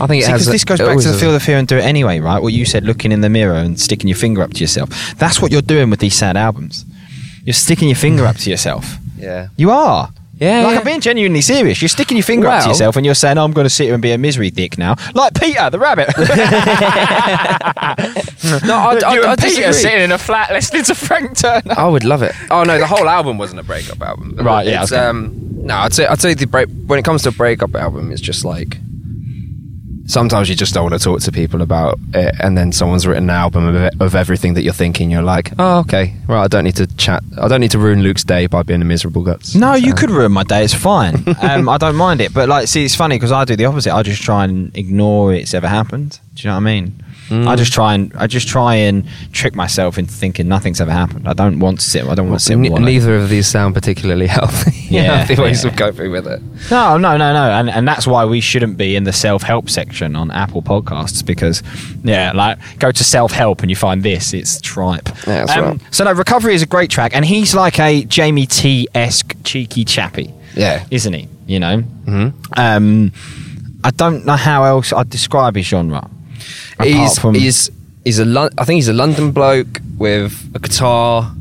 I think it has. Because a- this goes it back always to the has a- feel the fear and do it anyway, right? What you said, looking in the mirror and sticking your finger up to yourself. That's what you're doing with these sad albums. You're sticking your finger up to yourself. [laughs] Yeah. You are. Yeah, Like yeah. I'm being genuinely serious. You're sticking your finger up to Well- yourself and you're saying, I'm going to sit here and be a misery dick now. Like Peter the [laughs] rabbit. [laughs] No, I, I, you I and Peter disagree. sitting in a flat listening to Frank Turner. I would love it. Oh no, the whole album wasn't a breakup album. Right, yeah, It's, okay. um, no, I'd say I'd say the break when it comes to a breakup album, it's just like sometimes you just don't want to talk to people about it, and then someone's written an album of, it- of everything that you're thinking. You're like, oh okay, right. I don't need to chat. I don't need to ruin Luke's day by being a miserable guts. No, you So- could ruin my day. It's fine. Um, I don't mind it. But like, see, it's funny because I do the opposite. I just try and ignore it's ever happened. Do you know what I mean? I just try and I just try and trick myself into thinking nothing's ever happened. I don't want to sit. I don't want to sit. with Ne- one. neither of these sound particularly [laughs] healthy. Yeah, the ways yeah. of coping with it. No, no, no, no, and and that's why we shouldn't be in the self help section on Apple Podcasts because, yeah, like go to self help and you find this. It's tripe. Um, Yeah, that's right. So no, recovery is a great track, and he's like a Jamie T esque cheeky chappy, Yeah. Mm-hmm. isn't he? You know, um, I don't know how else I'd describe his genre. Apart He's, from- he's he's a Lon- I think he's a London bloke with a guitar.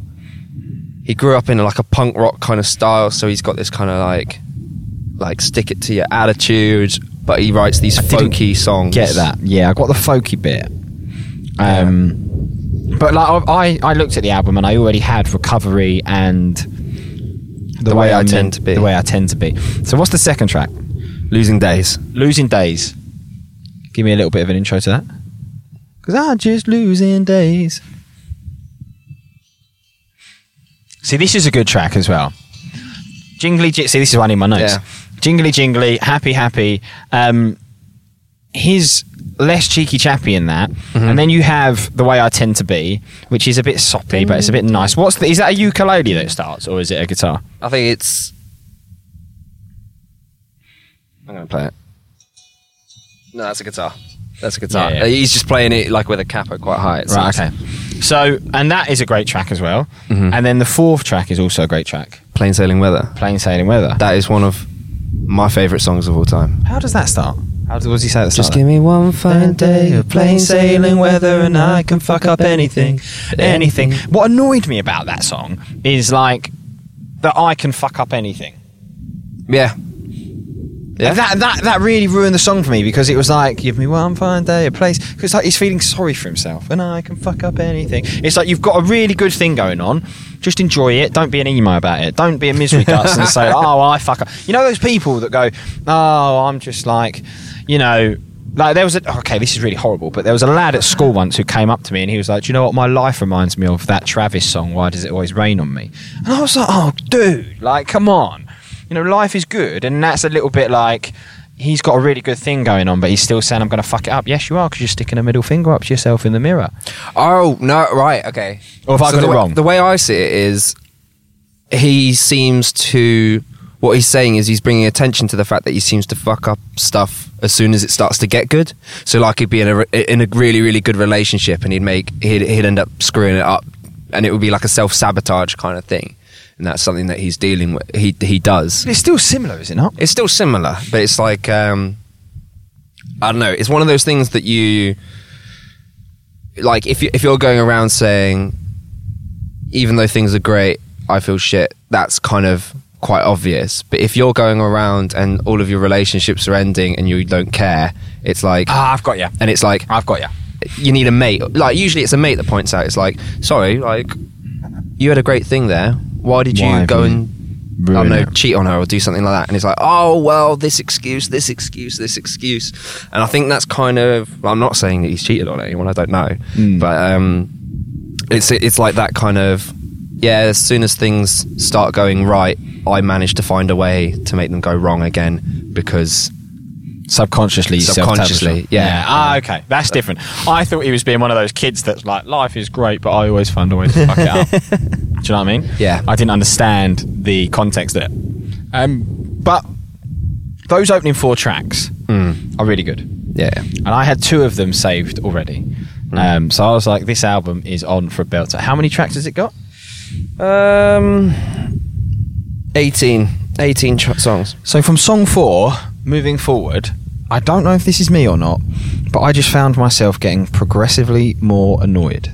He grew up in like a punk rock kind of style, so he's got this kind of like like stick it to your attitude. But he writes these didn't funky songs. Get that? Yeah, I got the folky bit. Um, But like I, I, I looked at the album and I already had recovery and the, The Way I I'm Tend meant- to Be. The way I tend to be. So what's the second track? Losing days. Losing days. Give me a little bit of an intro to that. Cause I'm just losing days. See, this is a good track as well. Jingly, ji- see, this is one in my notes. Yeah. Jingly, jingly, happy, happy. Um, his less cheeky chappy in that, and then you have the way I tend to be, which is a bit soppy, but it's a bit nice. What's the, is that a ukulele that starts, or is it a guitar? I think it's. I'm gonna play it. No, that's a guitar. That's a guitar. Yeah, yeah. Uh, He's just playing it like with a capo quite high. it Right. seems. Okay. So, and that is a great track as well. And then the fourth track is also a great track. Plain sailing weather. Plain sailing weather. That is one of my favourite songs of all time. How does that start? How does, what does he say at the start? me one Fine day of plain sailing weather, and I can fuck up anything, anything. What annoyed me about that song is like that I can fuck up anything. Yeah. Yeah. That that that really ruined the song for me because it was like, give me one fine day, a place. Because like he's feeling sorry for himself, and I can fuck up anything. It's like you've got a really good thing going on. Just enjoy it. Don't be an emo about it. Don't be a misery guts and say, oh, I fuck up. You know those people that go, oh, I'm just like, you know, like there was a okay, this is really horrible, but there was a lad at school once who came up to me and he was like, "Do you know what my life reminds me of that Travis song? Why does it always rain on me?" And I was like, "Oh, dude, like, come on, you know, life is good," and that's a little bit like. He's got a really good thing going on, but he's still saying, "I'm going to fuck it up." Yes, you are, because you're sticking a middle finger up to yourself in the mirror. Oh no! Right. Okay. Or if I got the it way, wrong. the way I see it is, he seems to. What he's saying is he's bringing attention to the fact that he seems to fuck up stuff as soon as it starts to get good. So like he'd be in a re- in a really really good relationship and he'd make he'd he'd end up screwing it up, and it would be like a self sabotage kind of thing, and that's something that he's dealing with. He he does. But it's still similar, is it not? It's still similar, but it's like um, I don't know. It's one of those things that you like if you if you're going around saying, even though things are great, I feel shit. That's kind of quite obvious. But if you're going around and all of your relationships are ending and you don't care, it's like Ah, I've got you. and it's like I've got you. you need a mate. Like usually it's a mate that points out. It's like sorry, like you had a great thing there. Why did you Why have go you and I Oh, don't know, cheat on her or do something like that. And it's like, oh, well, this excuse, this excuse, this excuse. And I think that's kind of, well, I'm not saying that he's cheated on anyone, I don't know. But um, it's, it's like that kind of, yeah, as soon as things start going right, I manage to find a way to make them go wrong again because subconsciously you Subconsciously, self-tabletry. yeah. ah okay that's different i thought he was being one of those kids that's like life is great but i always find a way to fuck it [laughs] up do you know what i mean Yeah. i didn't understand the context there um but those opening four tracks are really good yeah. and i had two of them saved already um so i was like this album is on for a belter how many tracks has it got Um, 18, 18 tr- songs. So from song four, moving forward, I don't know if this is me or not, but I just found myself getting progressively more annoyed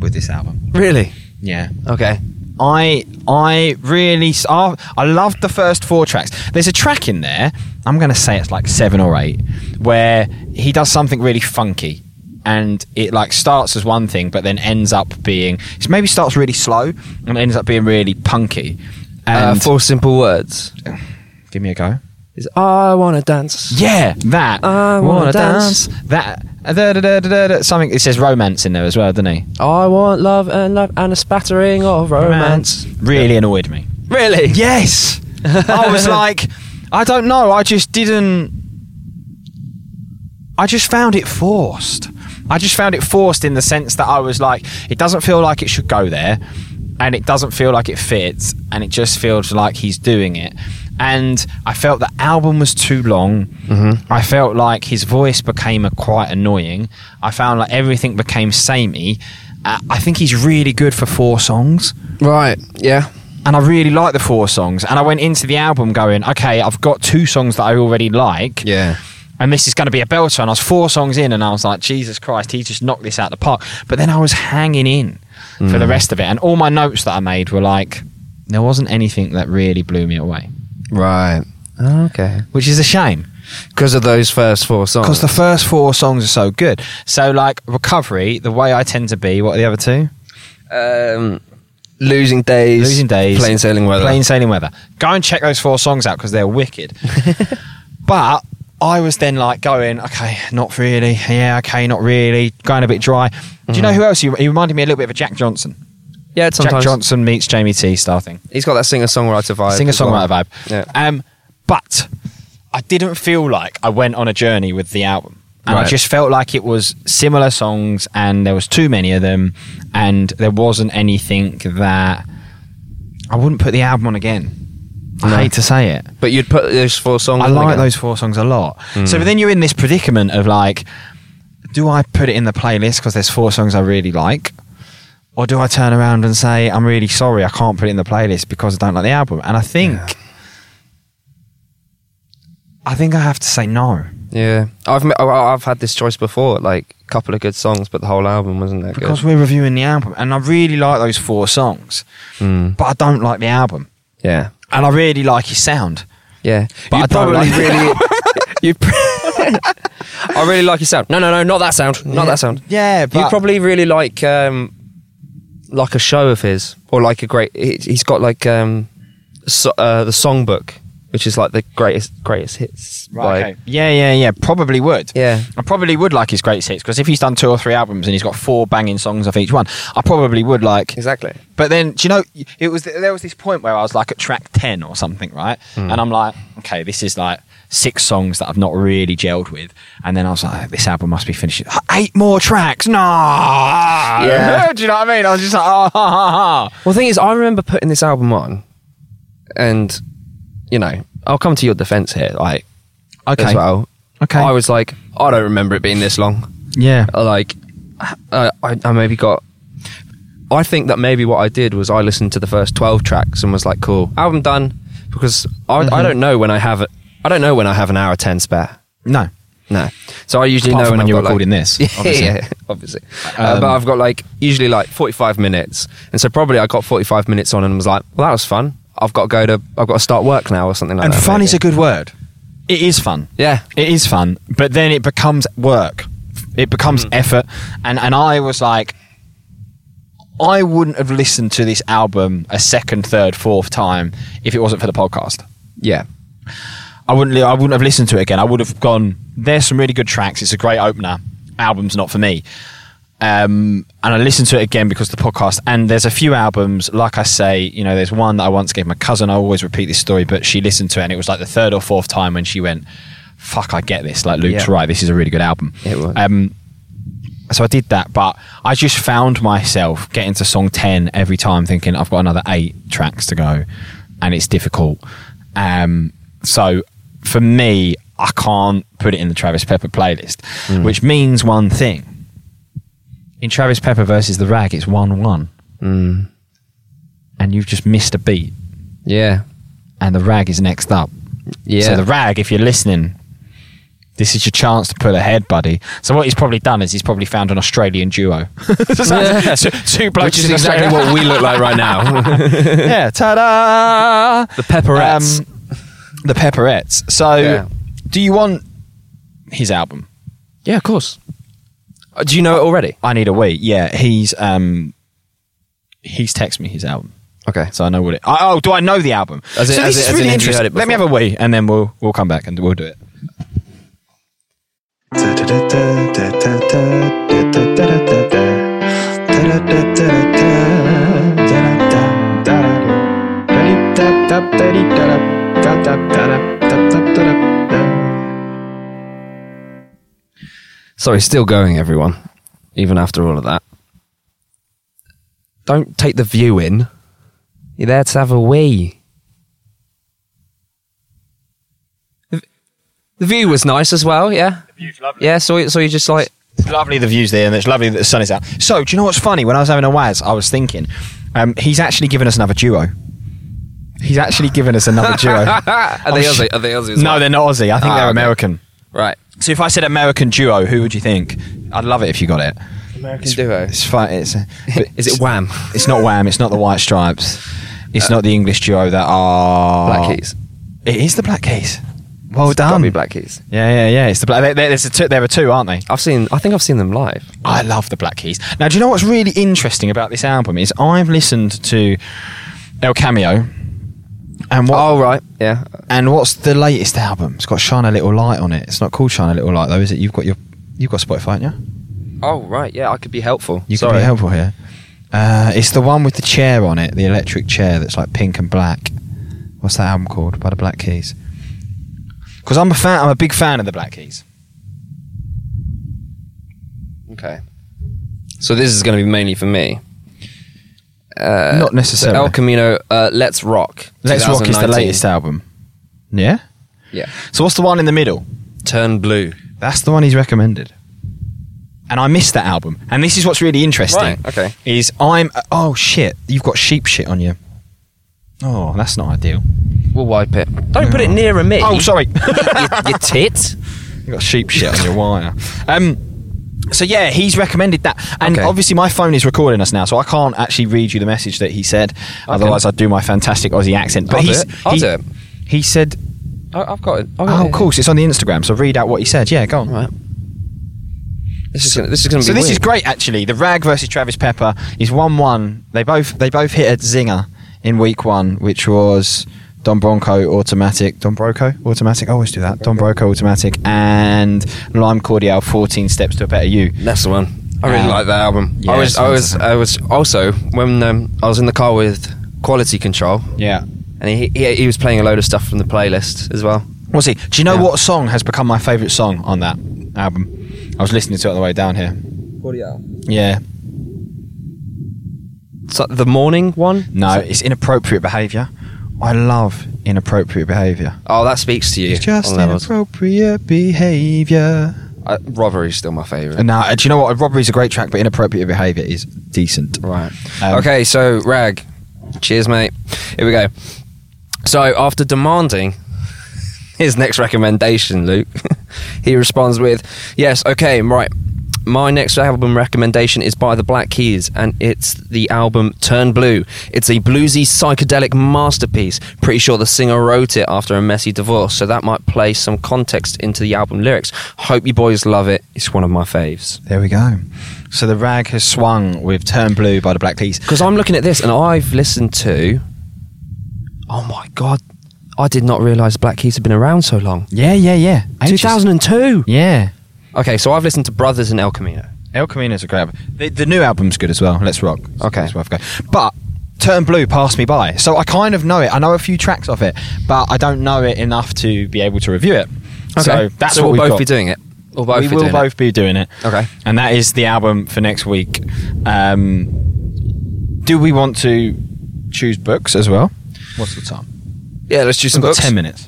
with this album. Really? Yeah. Okay. I I really s- I I loved the first four tracks. There's a track in there. I'm going to say it's like seven or eight, where he does something really funky, and it like starts as one thing, but then ends up being it maybe starts really slow and ends up being really punky. Uh, And four simple words. give me a go. Is I wanna dance. Yeah, that. I wanna dance. That. uh, da- da- da- da- da- Something. It says romance in there as well, doesn't he? I want love and love and a spattering of romance. Really annoyed me. Really? Yes. I was like, I don't know. I just didn't. I just found it forced. I just found it forced in the sense that I was like, it doesn't feel like it should go there, and it doesn't feel like it fits, and it just feels like he's doing it. And I felt the album was too long. I felt like his voice became a quite annoying. I found like everything became samey. Uh, I think he's really good for four songs Right. Yeah. and I really like the four songs. And I went into the album going, okay, I've got two songs that I already like. Yeah. And this is going to be a belter. And I was four songs in, and I was like, Jesus Christ, he just knocked this out the park. But then I was hanging in for the rest of it. And all my notes that I made were like, there wasn't anything that really blew me away, Right. Okay. which is a shame Because of those first four songs. because the first four songs are so good. So, like, Recovery, The Way I Tend to Be, what are the other two? um, losing days. Losing Days, Plain sailing weather. Plain Sailing Weather. Go and check those four songs out because they're [laughs] wicked. but I was then like going, okay, not really. Yeah, okay, not really. Going a bit dry. Do Mm. you know who else? He, he reminded me a little bit of a Jack Johnson. yeah. Sometimes Jack Johnson meets Jamie T star thing. he's got that singer songwriter vibe. Singer as well. songwriter vibe. Yeah. Um, but I didn't feel like I went on a journey with the album. And I Right. just felt like it was similar songs and there was too many of them and there wasn't anything that I wouldn't put the album on again. No. I hate to say it. But you'd put those four songs. I on like again. those four songs a lot. So but then you're in this predicament of like, do I put it in the playlist because there's four songs I really like? Or do I turn around and say, I'm really sorry, I can't put it in the playlist because I don't like the album? And I think, I think I have to say no. Yeah. I've m- I- I've had this choice before. Like a couple of good songs, but the whole album wasn't that Because good. we're reviewing the album and I really like those four songs, but I don't like the album. Yeah. And I really like his sound. Yeah. But I you don't probably like- [laughs] really. you. pr- [laughs] I really like your sound. No, no, no, not that sound. Not that sound. Yeah, but. you probably really like um, like a show of his, or like a great. he- He's got like um, so, uh, the songbook which is like the greatest greatest hits. Right. like- okay. Yeah, yeah, yeah. Probably would. Yeah. I probably would like his greatest hits because if he's done two or three albums and he's got four banging songs off each one, I probably would like. Exactly. But then, do you know, it was there was this point where I was like at track ten or something, right? Hmm. And I'm like, okay, this is like six songs that I've not really gelled with. And then I was like, this album must be finished. Eight more tracks, no. Yeah. [laughs] do you know what I mean? I was just like, oh, ha, ha, ha. Well, the thing is, I remember putting this album on, and you know, I'll come to your defense here, like as well. Okay. I was like, I don't remember it being this long. yeah. Like, uh, I, I maybe got. I think that maybe what I did was I listened to the first twelve tracks and was like, "Cool, album done," because I, Mm-hmm. I don't know when I have it. I don't know when I have an hour ten spare. No. No. So I usually Apart know from when, when I've you're got, like- recording this, obviously. [laughs] yeah, obviously. Uh, but I've got like usually like 45 minutes, and so probably I got 45 minutes on and was like, well, that was fun. I've got to go to. I've got to start work now or something like And that. fun maybe. is a good word. It is fun. Yeah. It is fun, but then it becomes work. It becomes effort. And and I was like I wouldn't have listened to this album a second, third, fourth time if it wasn't for the podcast. Yeah. I wouldn't li- I wouldn't have listened to it again. I would have gone there's some really good tracks. It's a great opener. Album's not for me. Um, and I listened to it again because of the podcast. And there's a few albums, like I say, you know, there's one that I once gave my cousin. I always repeat this story, but she listened to it, and it was like the third or fourth time when she went, "Fuck, I get this." Like Luke's Yeah. right. This is a really good album. It was. Um, so I did that, but I just found myself getting to song 10 every time thinking I've got another eight tracks to go and it's difficult. Um, so for me, I can't put it in the Travis Pepper playlist, which means one thing. In Travis Pepper versus The Rag, it's 1 1. And you've just missed a beat, Yeah. and The Rag is next up. Yeah. So the rag, if you're listening, this is your chance to pull ahead, buddy. So what he's probably done is he's probably found an Australian duo. [laughs] So- so two blokes which is in Australia. [laughs] exactly what we look like right now. yeah, ta-da! the Pepperettes. Um, the Pepperettes. So, Yeah. do you want his album? yeah, of course. Uh, do you know it already? I need a week. Yeah, he's um, he's texted me his album, Okay. so I know what it. I, oh, do I know the album? As in- so as in- as in have you heard it Let me have a before? wee, and then we'll we'll come back and we'll do it. Sorry, still going, everyone. Even after all of that. Don't take the view in. You're there to have a wee. The the view was nice as well, yeah? Yeah, so, so you just like. It's lovely the views there, and it's lovely that the sun is out. So, do you know what's funny? When I was having a waz, I was thinking, um, he's actually given us another duo. He's actually given us another duo. [laughs] [laughs] ah, are they Aussie? Are Oh, they Aussie no, they're not Aussie. I think Ah, they're okay. American. Right. So, if I said American duo, who would you think? I'd love it if you got it. American duo. It's fun. It's, uh, but [laughs] Is it Wham? Uh, It's not Wham. It's not the White Stripes. It's not the English duo that are Black Keys. It is the Black Keys. Well Gotta done. be Black Keys. Yeah, yeah, yeah. It's the Black. There, there, there's a two, there are two, aren't they? I've seen. I think I've seen them live. I love the Black Keys. Now, do you know what's really interesting about this album is I've listened to El Cameo, and what? Oh right. Yeah. And what's the latest album? It's got Shine a Little Light on it. It's not called Shine a Little Light though, is it? You've got your, you've got Spotify, haven't you? Oh right. Yeah. I could be helpful. You Sorry. can be helpful here. Uh, it's the one with the chair on it, the electric chair that's like pink and black. What's that album called? By the Black Keys. Because I'm a fan. I'm a big fan of the Black Keys. Okay. So this is going to be mainly for me. Not So necessarily. Uh, El Camino, uh, Let's Rock. Let's Rock is the 2019. latest album. Yeah. Yeah. So what's the one in the middle? Turn Blue. That's the one he's recommended. And I missed that album. And this is what's really interesting. Right, okay. Is I'm oh shit, you've got sheep shit on you. Oh, that's not ideal. We'll wipe it. Don't put it nearer me. Oh, [laughs] sorry. your, your tit. You got sheep shit on your wire. Um, so yeah, he's recommended that, and Okay. obviously my phone is recording us now, so I can't actually read you the message that he said. Otherwise, I'd do my fantastic Aussie accent. But I'll do he's, it. I'll he, do it. He said, I, I've got it. I've got "Oh, it. of course, it's on the Instagram." So read out what he said. Yeah, go on. Right. This is gonna, this is going to So be. this weird. is great, actually. The Rag versus Travis Pepper is one-one. They both they both hit a zinger in week one, which was Don Bronco Automatic. Don Broco Automatic. I always do that. Don Broco Automatic and Lime Cordial 14 Steps to a Better You. That's the one. I really Um, like that album. yeah, I was, it's I was, I was also when um, I was in the car with Quality Control, Yeah. and he, he he was playing a load of stuff from the playlist as well. We'll see. Do you know Yeah. what song has become my favourite song on that album? I was listening to it on the way down here. Yeah. So, the morning one. No, So- it's inappropriate behaviour. I love inappropriate behaviour. oh, that speaks to you. It's just on levels. inappropriate behaviour. I, Robbery's still my favorite. And now, uh, do you know what? Robbery's a great track, but inappropriate behaviour is decent. Right. Um, okay, so Rag, cheers, mate. Here we go. So after demanding his next recommendation, Luke, [laughs] he responds with, "Yes, okay, right. My next album recommendation is by the Black Keys, and it's the album Turn Blue. It's a bluesy psychedelic masterpiece. Pretty sure the singer wrote it after a messy divorce, so that might play some context into the album lyrics. Hope you boys love it. It's one of my faves." There we go. So the rag has swung with "Turn Blue" by the Black Keys. Because I'm looking at this and I've listened to. Oh my god, I did not realise Black Keys had been around so long. Yeah, yeah, yeah. Ages. 2002. Yeah. Okay, so I've listened to Brothers and El Camino. El Camino's a great album. The, the new album's good as well. Let's rock. Okay. That's worth a go. But Turn Blue passed me by. So I kind of know it. I know a few tracks of it, but I don't know it enough to be able to review it. So that's So what we'll we've both got. be doing it. We'll both we be will doing both be doing it. Okay. And that is the album for next week. Um, do we want to choose books as well? What's the time? it. Yeah, let's do some We've got books. ten minutes.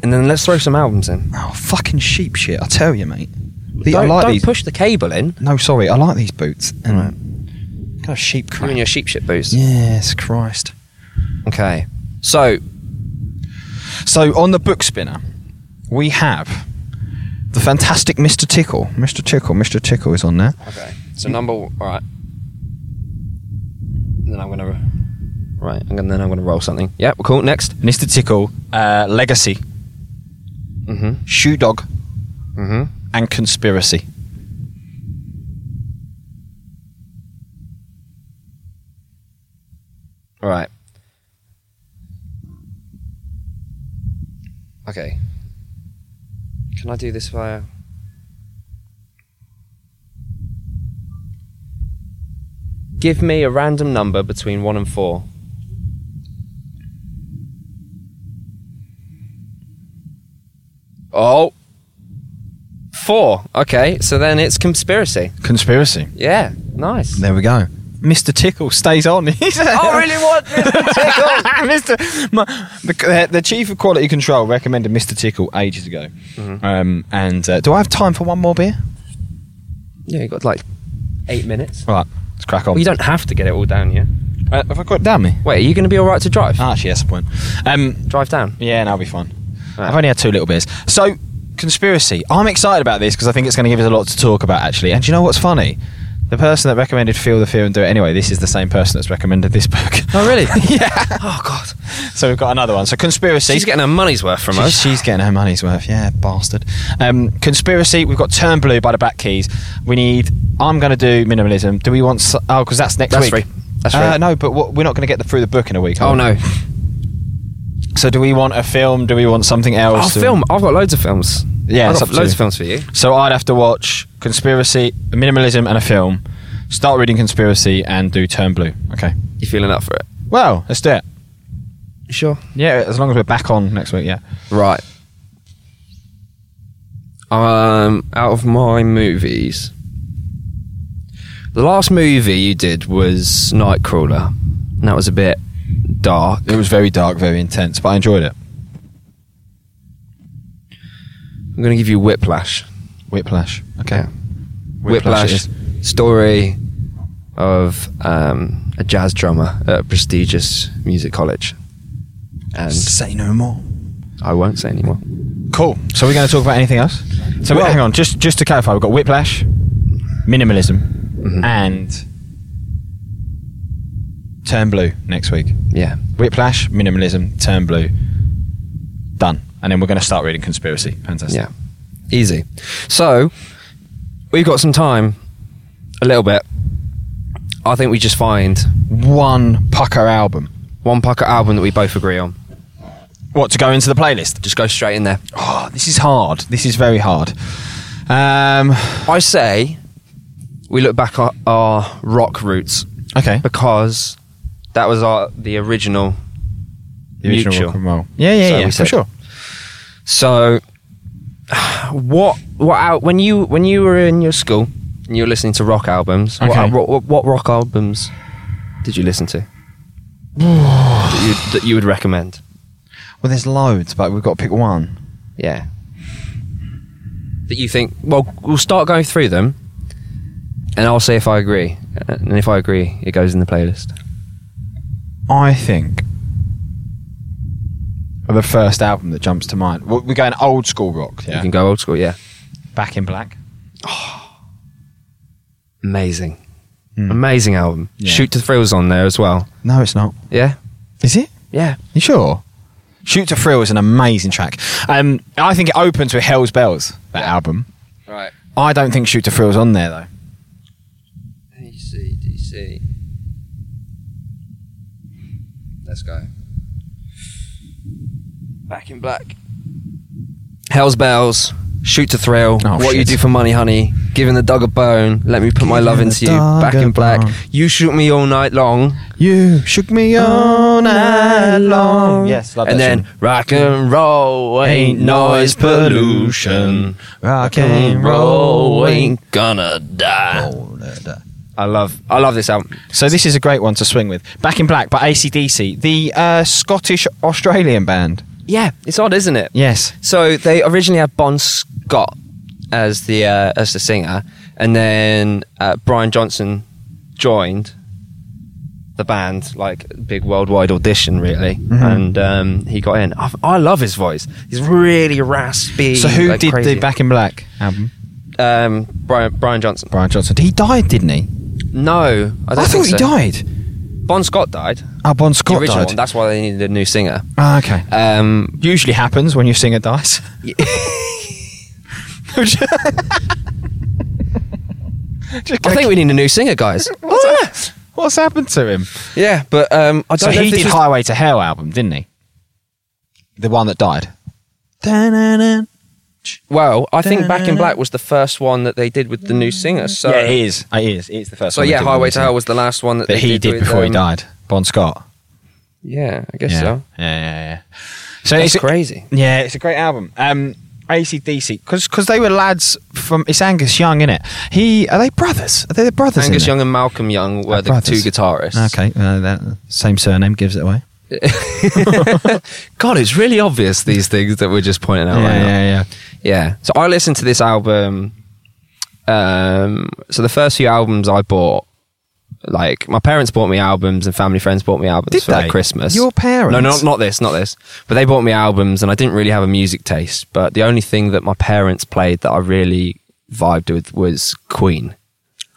And then let's throw some albums in. Oh, fucking sheep shit! I tell you, mate. The- I don't like don't these. push the cable in. no, sorry, I like these boots. Anyway. Kind of sheep You crap. and your sheep shit boots. Yes, Christ. Okay. So, So on the book spinner, we have the fantastic Mr. Tickle. Mr. Tickle, Mr. Tickle is on there. okay. So number all right. Then I'm gonna right, and then I'm gonna roll something. Yeah, cool. Next. Mr. Tickle, uh, Legacy, Mm-hmm. Shoe Dog, Mm-hmm. and Conspiracy. Right. Okay. Can I do this via? Give me a random number between one and four. Oh, four. Okay, so then it's conspiracy. Conspiracy. Yeah, nice. There we go. Mr. Tickle stays on. [laughs] oh, [laughs] Oh, really? What? [laughs] Mr. My, the, the chief of quality control recommended Mr. Tickle ages ago. Mm-hmm. Um, and uh, do I have time for one more beer? [laughs] yeah, you got like eight minutes. All right, let's crack on. Well, Oh, you don't have to get it all down, yeah? Uh, have I got it down me? Wait, are you going to be all right to drive? Ah, actually, that's the point. Um, drive down. yeah, and I'll be fine. Right. I've only had two little beers. So, conspiracy. I'm excited about this because I think it's going to give us a lot to talk about, actually. And do you know what's funny? The person that recommended Feel the Fear and Do It Anyway, this is the same person that's recommended this book. Oh, [laughs] really? [laughs] yeah. Oh, God. So, we've got another one. So, conspiracy. She's getting her money's worth from She's- us. She's getting her money's worth, yeah, bastard. Um, conspiracy, we've got Turn Blue by the Black Keys. We need. I'm going to do minimalism. Do we want. s- Oh, because that's next That's week. free. That's Uh, free. no, but what, we're not going to get the, through the book in a week. are Oh, we? no. So, do we want a film? Do we want something else? Oh, Do we- film. I've got loads of films. Yeah, I've it's got up to loads you. of films for you. So, I'd have to watch Conspiracy, Minimalism, and a film. Start reading Conspiracy and do Turn Blue. Okay. You feeling up for it? Well, let's do it. You sure? Yeah, as long as we're back on next week, yeah. Right. Um, out of my movies, the last movie you did was Nightcrawler. And that was a bit dark. It was very dark, very intense, but I enjoyed it. I'm going to give you Whiplash. Whiplash. Okay. it Whiplash is. story of um, a jazz drummer at a prestigious music college. And Say no more. I won't say anymore. Cool. So we're going to talk about anything else. So we- Well- hang on, just just to clarify, we've got whiplash, minimalism, Mm-hmm. and turn blue next week. Yeah. Whiplash, minimalism, turn blue. Done. And then we're going to start reading conspiracy. Fantastic. Yeah. Easy. So, we've got some time, a little bit. I think we just find One pucker album. one pucker album that we both agree on. What to go into the playlist? Just go straight in there. Oh, this is hard. This is very hard. Um, I say we look back at our rock roots okay. because that was our the original. The original Mutual. rock and roll. Yeah, yeah, So we yeah, for said. sure. So what what out when you when you were in your school and you were listening to rock albums? What, Okay. al- what, what rock albums did you listen to? that, you, that you would recommend? Well, there's loads, but we've got to pick one. Yeah. That you think? Well, we'll start going through them, and I'll say if I agree. And if I agree, it goes in the playlist. I think the first album that jumps to mind. We're we're going old school rock. You can go old school. Yeah. Back in Black. Amazing. Amazing album. Yeah. Shoot to Thrills on there as well. No, it's not. Yeah. Is it? Yeah. You sure? Shoot to Thrill is an amazing track. Um, I think it opens with Hell's Bells, that album. Right. I don't think Shoot to Thrill's on there, though. A C D C. Let's go. Back in black. Hell's bells. Shoot to thrill. Oh, what shit. you do for money, honey? Giving the dog a bone. Let me put my Giving love the into you. dog Back a in black. bone. You shoot me all night long. You shook me all night long. Yes, love And that then tune. rock and roll ain't noise pollution. Rock Can and roll. ain't gonna die. I love, I love this album. So this is a great one to swing with. Back in Black by ACDC, the uh, Scottish Australian band. Yeah, it's odd, isn't it? Yes. So they originally had Bon Scott as the uh, as the singer, and then uh, Brian Johnson joined the band, like big worldwide audition, really, and um, he got in. I, I love his voice; he's really raspy. So who like did crazy. the Back in Black album? Um, Brian Brian Johnson. Brian Johnson. He died, didn't he? No, I, I, don't thought think he so. died. Bon Scott died. Oh, Bon The Scott original died. one. That's why they needed a new singer. Ah, okay. Um, [laughs] Usually happens when your singer dies. [laughs] Just I gonna think we need a new singer, guys. What's, what's happened to him? [laughs] yeah, but um, I don't So know he if this did was- Highway to Hell album, didn't he? The one that died. Well, I think Back in Black was the first one that they did with the new singer. So yeah, it is. It is. It is the first. So one they yeah, did with Highway him. to Hell was the last one that, that they he did with, before he um, died. Bon Scott. Yeah, I guess yeah. so. yeah, yeah, yeah. So That's it's crazy. Yeah, it's a great album. Um, ACDC, because they were lads from it's Angus Young, innit? He are they brothers? Are they the brothers? in Angus there? Young and Malcolm Young were They're the brothers. two guitarists. Okay, uh, that same surname gives it away. God, it's really obvious these things that we're just pointing out right now. yeah, Yeah. So I listened to this album. Um, so the first few albums I bought, like my parents bought me albums and family friends bought me albums Did for they? Like Christmas. Your parents? No, no, not, not this, not this. But they bought me albums, and I didn't really have a music taste. But the only thing that my parents played that I really vibed with was Queen.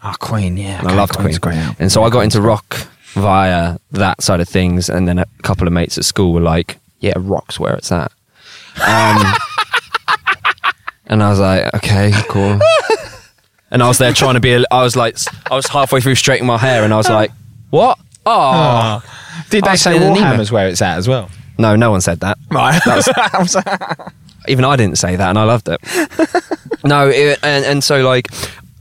Oh, Queen, yeah. And I loved Queen. And so I got into rock via that side of things. And then a couple of mates at school were like, yeah, rock's where it's at. Um, and I was like, okay, cool. And I was there trying to be, a, I was like, I was halfway through straightening my hair and I was like, what? Oh. Did I they say still need Warhammer's it. where it's at as well? No, no one said that. [laughs] Right. Even I didn't say that and I loved it. no, it, and, and so like,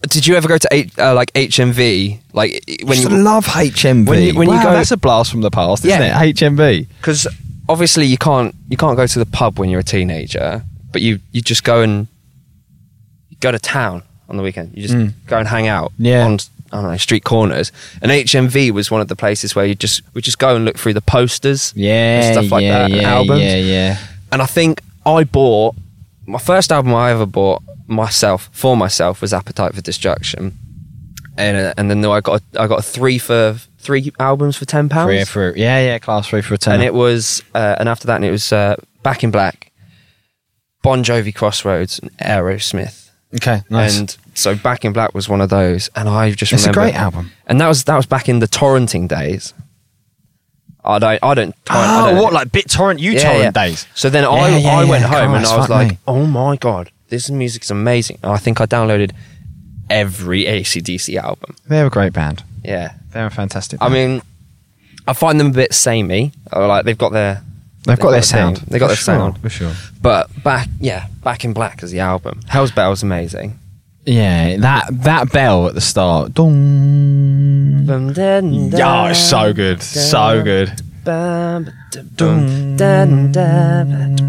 did you ever go to H, uh, like HMV? Like when you love HMV. When you- when you Wow, go- that's a blast from the past, isn't Yeah. it? HMV. because obviously you can't you can't go to the pub when you're a teenager, but you you just go and you go to town on the weekend. You just go and hang out Mm. Yeah. on I don't know street corners. And HMV was one of the places where you just we just go and look through the posters, and stuff like that, and albums. yeah. And I think I bought my first album I ever bought myself for myself was Appetite for Destruction, and uh, and then I got a, I got a three for three albums for ten pounds Three for yeah, yeah. Class three for a ten. and it was uh, and after that and it was uh, back in black bon jovi crossroads and aerosmith okay, nice. and so back in black was one of those and i just It's a remember great album. and that was that was back in the torrenting days i don't i don't torrent- I don't- Oh, Ah, like BitTorrent, you Yeah, yeah. so then i Yeah, yeah, i went yeah, home and Christ, i was fuck like me. oh my god this music's amazing and i think i downloaded every acdc album They're a great band. yeah They're a fantastic. I band. mean, I find them a bit samey. Or Uh, like they've got their They've got their it down. sound. They got For their sure, sound. for sure. But back, yeah, back in black is the album. Hell's Bell's amazing. Yeah, that that bell at the start. Dong. Yeah, it's so good. So good. [laughs] Yeah,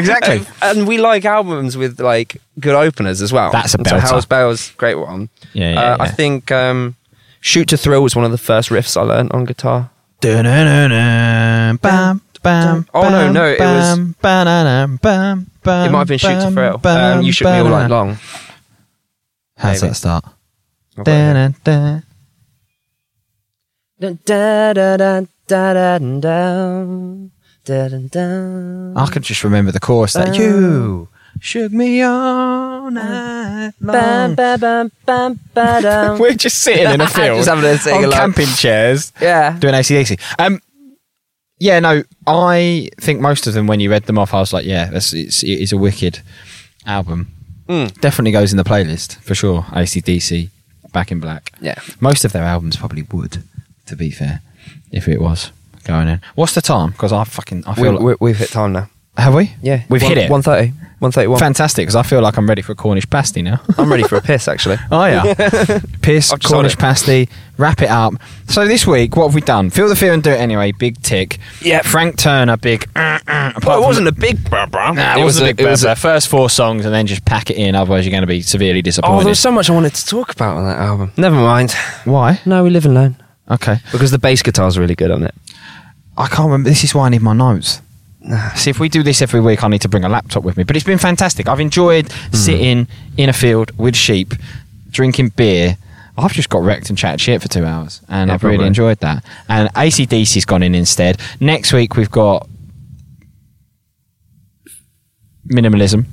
exactly. And we like albums with like good openers as well. That's a And so belter. Hell's Bell's a great one. Yeah, yeah, uh, I yeah. think um, Shoot to Thrill was one of the first riffs I learned on guitar. Dun-dun-dun-dun, bam, bam, Oh, no, no, it was- bam, ba-na-na, bam, bam, It might have been Shoot to bam, Thrill. bam, Um, you should be all ba-na-na. night long. How's Maybe. that start? I've got it here. Dun-dun-dun. I could just remember the chorus that you shook me all night long. [laughs] We're just sitting in a field [laughs] Just having a sing on along. camping chairs Yeah. doing ACDC. Um, yeah, no, I think most of them, when you read them off, I was like, yeah, that's, it's, it's a wicked album. Hmm. Definitely goes in the playlist for sure. ACDC, Back in Black. Yeah. Most of their albums probably would, to be fair, if it was going in. What's the time? Because I fucking, I feel We, like. we, we've hit time now. have we? Yeah. We've One- hit it. 130. 131. Fantastic, because I feel like I'm ready for a Cornish pasty [laughs] now. I'm ready for a piss, actually. Oh [laughs] yeah, piss, I've just Cornish sold it. pasty, wrap it up. So this week, what have we done? Feel the fear and do it anyway. Big tick. Yep. Frank Turner, big. Uh, uh, [laughs] Well, it wasn't a big bruh, bruh. Nah, it, was, a big. it was a- buzzer. first four songs, and then just pack it in. Otherwise, you're going to be severely Oh, disappointed. there was so much I wanted to talk about on that album. Never mind. Why? No, we live and learn. Okay, Because the bass guitar's really good on it. I can't remember. This is why I need my [sighs] notes. See, if we do this every week, I need to bring a laptop with me. But it's been fantastic. I've enjoyed Hmm. sitting in a field with sheep, drinking beer. I've just got wrecked and chatted shit for two hours, and Yeah, I've probably. really enjoyed that. And ACDC's gone in instead. Next week, we've got [laughs] minimalism.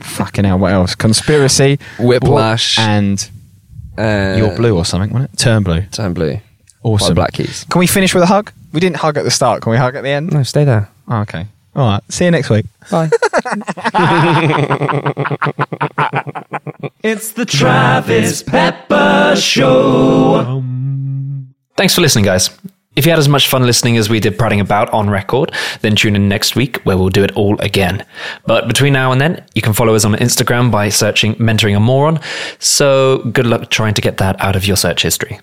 Fucking hell, what else? Conspiracy, Whiplash. and Uh, You're Blue or something, wasn't it? Turn Blue. Time blue. Awesome. Black Keys. Can we finish with a hug? We didn't hug at the start. Can we hug at the end? No, stay there. Oh, okay. All right. See you next week. Bye. It's the Travis Pepper Show. Thanks for listening, guys. If you had as much fun listening as we did prattling about on record, then tune in next week where we'll do it all again. But between now and then, you can follow us on Instagram by searching Mentoring a Moron. So good luck trying to get that out of your search history.